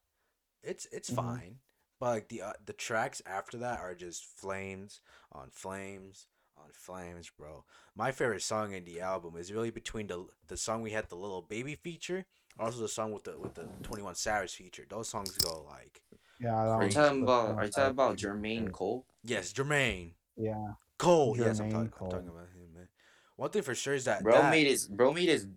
[SPEAKER 1] it's it's
[SPEAKER 2] Mhm.
[SPEAKER 1] fine. But like the uh, the tracks after that are just flames on flames on flames, bro. My favorite song in the album is really between the the song we had the little baby feature, also the song with the with the Twenty One Savage feature. Those songs go like
[SPEAKER 2] Yeah. that
[SPEAKER 3] are you
[SPEAKER 2] one's
[SPEAKER 3] talking
[SPEAKER 2] so
[SPEAKER 3] about
[SPEAKER 2] funny.
[SPEAKER 3] are you talking about Jermaine Cole?
[SPEAKER 1] yes, Jermaine
[SPEAKER 2] Yeah.
[SPEAKER 1] Cole. yes, I'm,
[SPEAKER 2] Jermaine
[SPEAKER 1] talking- I'm
[SPEAKER 2] Cole.
[SPEAKER 1] talking about him, man. One thing for sure is that
[SPEAKER 3] Bro
[SPEAKER 1] that-
[SPEAKER 3] made his bro made his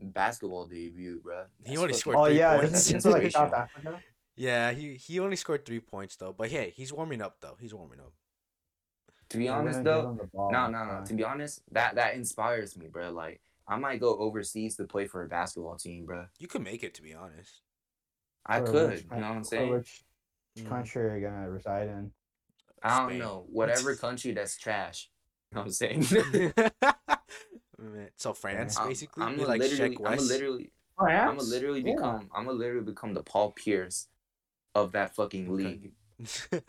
[SPEAKER 3] basketball debut, bro.
[SPEAKER 1] He already
[SPEAKER 3] fucking-
[SPEAKER 1] scored
[SPEAKER 2] Oh
[SPEAKER 1] three
[SPEAKER 2] yeah,
[SPEAKER 1] points.
[SPEAKER 2] isn't it for, like South
[SPEAKER 3] Inspirational.
[SPEAKER 2] Africa?
[SPEAKER 1] yeah, he he only scored three points though. But hey, he's warming up though. He's warming up.
[SPEAKER 3] To be
[SPEAKER 2] They're
[SPEAKER 3] honest
[SPEAKER 2] gonna
[SPEAKER 3] though,
[SPEAKER 2] give him the ball uh,
[SPEAKER 3] No,
[SPEAKER 2] all
[SPEAKER 3] no,
[SPEAKER 2] the
[SPEAKER 3] no.
[SPEAKER 2] time.
[SPEAKER 3] To be honest, that that inspires me, bro. Like I might go overseas to play for a basketball team, bro.
[SPEAKER 1] You could make it to be honest.
[SPEAKER 3] I
[SPEAKER 2] For a
[SPEAKER 3] could,
[SPEAKER 2] rich
[SPEAKER 3] you know what I'm
[SPEAKER 2] country-
[SPEAKER 3] saying? Mm-hmm.
[SPEAKER 2] For which
[SPEAKER 1] Mm.
[SPEAKER 2] country are you gonna reside in?
[SPEAKER 3] I don't
[SPEAKER 1] Spain.
[SPEAKER 3] know. Whatever country that's trash. You know what I'm saying?
[SPEAKER 1] Man, so France
[SPEAKER 3] I'm,
[SPEAKER 1] basically,
[SPEAKER 3] I'm
[SPEAKER 1] be
[SPEAKER 3] gonna
[SPEAKER 1] like
[SPEAKER 3] literally,
[SPEAKER 1] Sheck
[SPEAKER 3] I'm
[SPEAKER 1] West.
[SPEAKER 3] gonna literally, I'm gonna literally
[SPEAKER 2] Oh, Yeah.
[SPEAKER 3] become, I'm gonna literally become the Paul Pierce of that fucking
[SPEAKER 1] Okay.
[SPEAKER 3] league.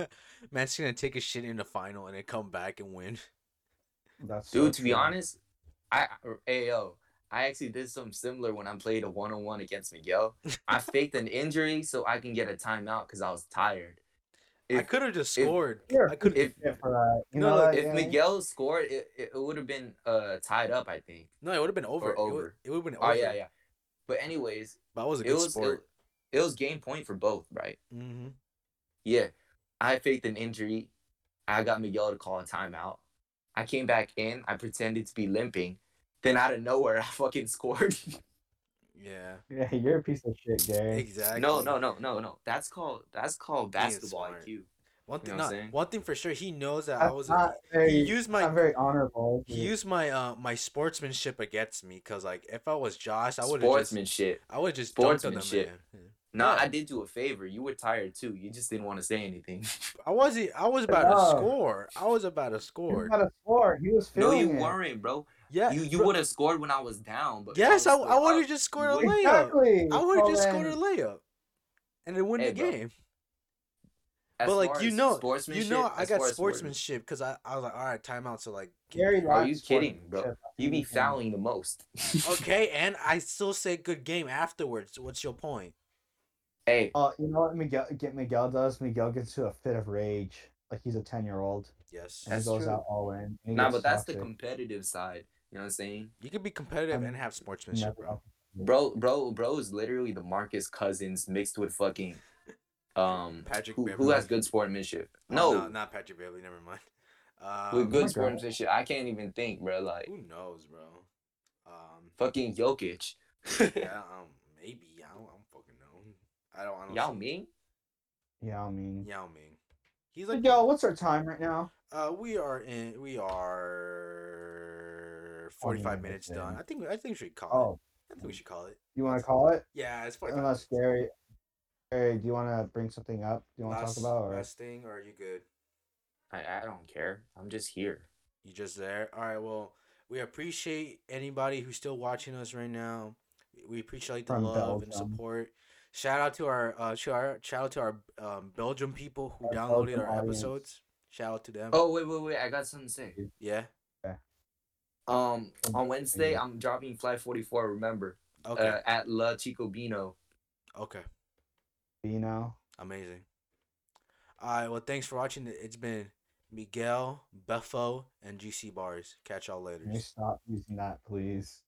[SPEAKER 1] Man's gonna take a shit in the final and then come back and win.
[SPEAKER 2] That's so
[SPEAKER 3] Dude, to be
[SPEAKER 2] true.
[SPEAKER 3] honest, I ayo, I actually did something similar when I played a one on one against Miguel. I faked an injury so I can get a timeout because I was tired.
[SPEAKER 1] I
[SPEAKER 3] If-
[SPEAKER 1] could have just
[SPEAKER 3] if-
[SPEAKER 1] scored.
[SPEAKER 2] You're
[SPEAKER 1] I could.
[SPEAKER 3] if-
[SPEAKER 2] fit for that. You
[SPEAKER 1] No,
[SPEAKER 2] know,
[SPEAKER 1] look,
[SPEAKER 2] like,
[SPEAKER 3] if
[SPEAKER 2] yeah,
[SPEAKER 3] Miguel scored, it, it, would have been uh tied up, I think.
[SPEAKER 1] No, it would have been over.
[SPEAKER 3] over.
[SPEAKER 1] It would have been over.
[SPEAKER 3] Oh yeah, yeah. But anyways,
[SPEAKER 1] But it was a
[SPEAKER 3] it
[SPEAKER 1] good
[SPEAKER 3] was it,
[SPEAKER 1] sport.
[SPEAKER 3] it was game point for both, right?
[SPEAKER 1] mm-hmm.
[SPEAKER 3] Yeah, I faked an injury. I got Miguel to call a timeout. I came back in. I pretended to be limping. Then out of nowhere, I fucking scored.
[SPEAKER 1] Yeah.
[SPEAKER 2] yeah, you're a piece of shit, Gary.
[SPEAKER 1] Exactly.
[SPEAKER 3] no, no, no, no, no. That's called that's called
[SPEAKER 1] Being
[SPEAKER 3] basketball
[SPEAKER 1] smart.
[SPEAKER 3] IQ.
[SPEAKER 1] One thing.
[SPEAKER 3] You know what I'm
[SPEAKER 1] no,
[SPEAKER 3] saying?
[SPEAKER 1] one thing for sure. He knows that I
[SPEAKER 2] That's
[SPEAKER 1] was.
[SPEAKER 2] not very.
[SPEAKER 1] he used my
[SPEAKER 2] not very honorable.
[SPEAKER 1] he used my uh my sportsmanship against me because like if I was Josh, I would have just
[SPEAKER 3] Sportsmanship.
[SPEAKER 1] I would just dunked on the
[SPEAKER 3] Sportsmanship.
[SPEAKER 1] man. Yeah.
[SPEAKER 3] No,
[SPEAKER 1] Yeah.
[SPEAKER 3] I did you a favor. You were tired too. You just didn't want to say anything.
[SPEAKER 1] I wasn't. I was about to
[SPEAKER 2] No.
[SPEAKER 1] score. I was about to
[SPEAKER 2] He
[SPEAKER 1] score.
[SPEAKER 2] was not a score. He was
[SPEAKER 3] no,
[SPEAKER 2] feeling
[SPEAKER 3] you
[SPEAKER 2] it.
[SPEAKER 3] weren't, bro.
[SPEAKER 1] Yeah.
[SPEAKER 3] You you
[SPEAKER 1] bro-
[SPEAKER 3] would have scored when I was down, but
[SPEAKER 1] Yes, I,
[SPEAKER 3] was
[SPEAKER 1] I
[SPEAKER 3] still
[SPEAKER 1] would
[SPEAKER 3] up.
[SPEAKER 1] have just scored a
[SPEAKER 3] Wait.
[SPEAKER 1] layup.
[SPEAKER 2] Exactly.
[SPEAKER 1] I would have just
[SPEAKER 2] So
[SPEAKER 1] scored a
[SPEAKER 2] then-
[SPEAKER 1] layup, and then win
[SPEAKER 3] Hey,
[SPEAKER 1] the
[SPEAKER 3] bro.
[SPEAKER 1] game.
[SPEAKER 3] As
[SPEAKER 1] but like
[SPEAKER 3] far
[SPEAKER 1] you
[SPEAKER 3] as
[SPEAKER 1] know, you
[SPEAKER 3] sportsmanship,
[SPEAKER 1] know, I
[SPEAKER 3] as
[SPEAKER 1] got
[SPEAKER 3] far as
[SPEAKER 1] sportsmanship because I, I was like, all right, timeout. So like, get
[SPEAKER 2] Gary
[SPEAKER 1] me.
[SPEAKER 3] Are
[SPEAKER 2] Lock
[SPEAKER 3] you
[SPEAKER 2] scored
[SPEAKER 3] kidding, bro?
[SPEAKER 2] shit.
[SPEAKER 3] You be
[SPEAKER 1] Mm-hmm.
[SPEAKER 3] fouling the most.
[SPEAKER 1] okay, and I still say good game afterwards. What's your point?
[SPEAKER 3] Hey,
[SPEAKER 1] oh,
[SPEAKER 2] Uh, you know what Miguel get Miguel does? Miguel gets to a fit of rage, like he's a ten year old.
[SPEAKER 1] Yes.
[SPEAKER 2] and
[SPEAKER 3] That's
[SPEAKER 2] goes
[SPEAKER 3] true.
[SPEAKER 2] out all in. and
[SPEAKER 3] Nah,
[SPEAKER 2] gets
[SPEAKER 3] but that's the
[SPEAKER 2] drafted.
[SPEAKER 3] competitive side. You know what I'm saying?
[SPEAKER 1] You could be competitive
[SPEAKER 2] I'm
[SPEAKER 1] and have sportsmanship,
[SPEAKER 2] never-
[SPEAKER 1] bro.
[SPEAKER 3] Bro, bro, bro is literally the Marcus Cousins mixed with fucking um
[SPEAKER 1] Patrick
[SPEAKER 3] who, who
[SPEAKER 1] Beverly.
[SPEAKER 3] has good sportsmanship.
[SPEAKER 1] Oh,
[SPEAKER 3] No,
[SPEAKER 1] not Patrick Bailey. Never mind.
[SPEAKER 3] with
[SPEAKER 1] Um,
[SPEAKER 3] good
[SPEAKER 2] God.
[SPEAKER 3] sportsmanship, I can't even think, bro. Like
[SPEAKER 1] Who knows, bro? Um,
[SPEAKER 3] fucking Jokic,
[SPEAKER 1] yeah, um, maybe. I don't, I don't fucking know. I don't. I don't
[SPEAKER 3] Yao
[SPEAKER 1] see-
[SPEAKER 3] Ming.
[SPEAKER 2] Yeah, I mean.
[SPEAKER 1] Yao Ming. He's
[SPEAKER 2] But
[SPEAKER 1] like,
[SPEAKER 2] yo, what's our time right now?
[SPEAKER 1] uh, we are in. We are forty-five minutes
[SPEAKER 2] minutes in.
[SPEAKER 1] done. I think. I think we should call.
[SPEAKER 2] Oh, Uh,
[SPEAKER 1] it. I think we should call it.
[SPEAKER 2] you want to call it?
[SPEAKER 1] Yeah, it's forty-five.
[SPEAKER 2] Unless Gary, Gary, do you want to bring something up? Do you want to talk
[SPEAKER 1] last,
[SPEAKER 2] about? Or?
[SPEAKER 1] last thing, or are you good?
[SPEAKER 3] I, I don't care. I'm just here.
[SPEAKER 1] You just there? All right. Well, we appreciate anybody who's still watching us right now. We appreciate the
[SPEAKER 2] From
[SPEAKER 1] love and
[SPEAKER 2] Belgium.
[SPEAKER 1] support. Shout out to our uh, shout out, shout out to our um, Belgium people who
[SPEAKER 2] Our
[SPEAKER 1] downloaded
[SPEAKER 2] Belgium
[SPEAKER 1] our
[SPEAKER 2] audience.
[SPEAKER 1] episodes. Shout out to them.
[SPEAKER 3] Oh wait, wait, wait! I got something to say.
[SPEAKER 1] Yeah.
[SPEAKER 3] Um, on Wednesday, I'm dropping Fly 44. Remember,
[SPEAKER 1] Okay.
[SPEAKER 3] uh, at La Chico Bino.
[SPEAKER 1] okay.
[SPEAKER 2] You know,
[SPEAKER 1] Amazing. All right. Well, thanks for watching. It's been Miguel, Buffo, and GC Bars. Catch y'all later.
[SPEAKER 2] can you stop using that, please?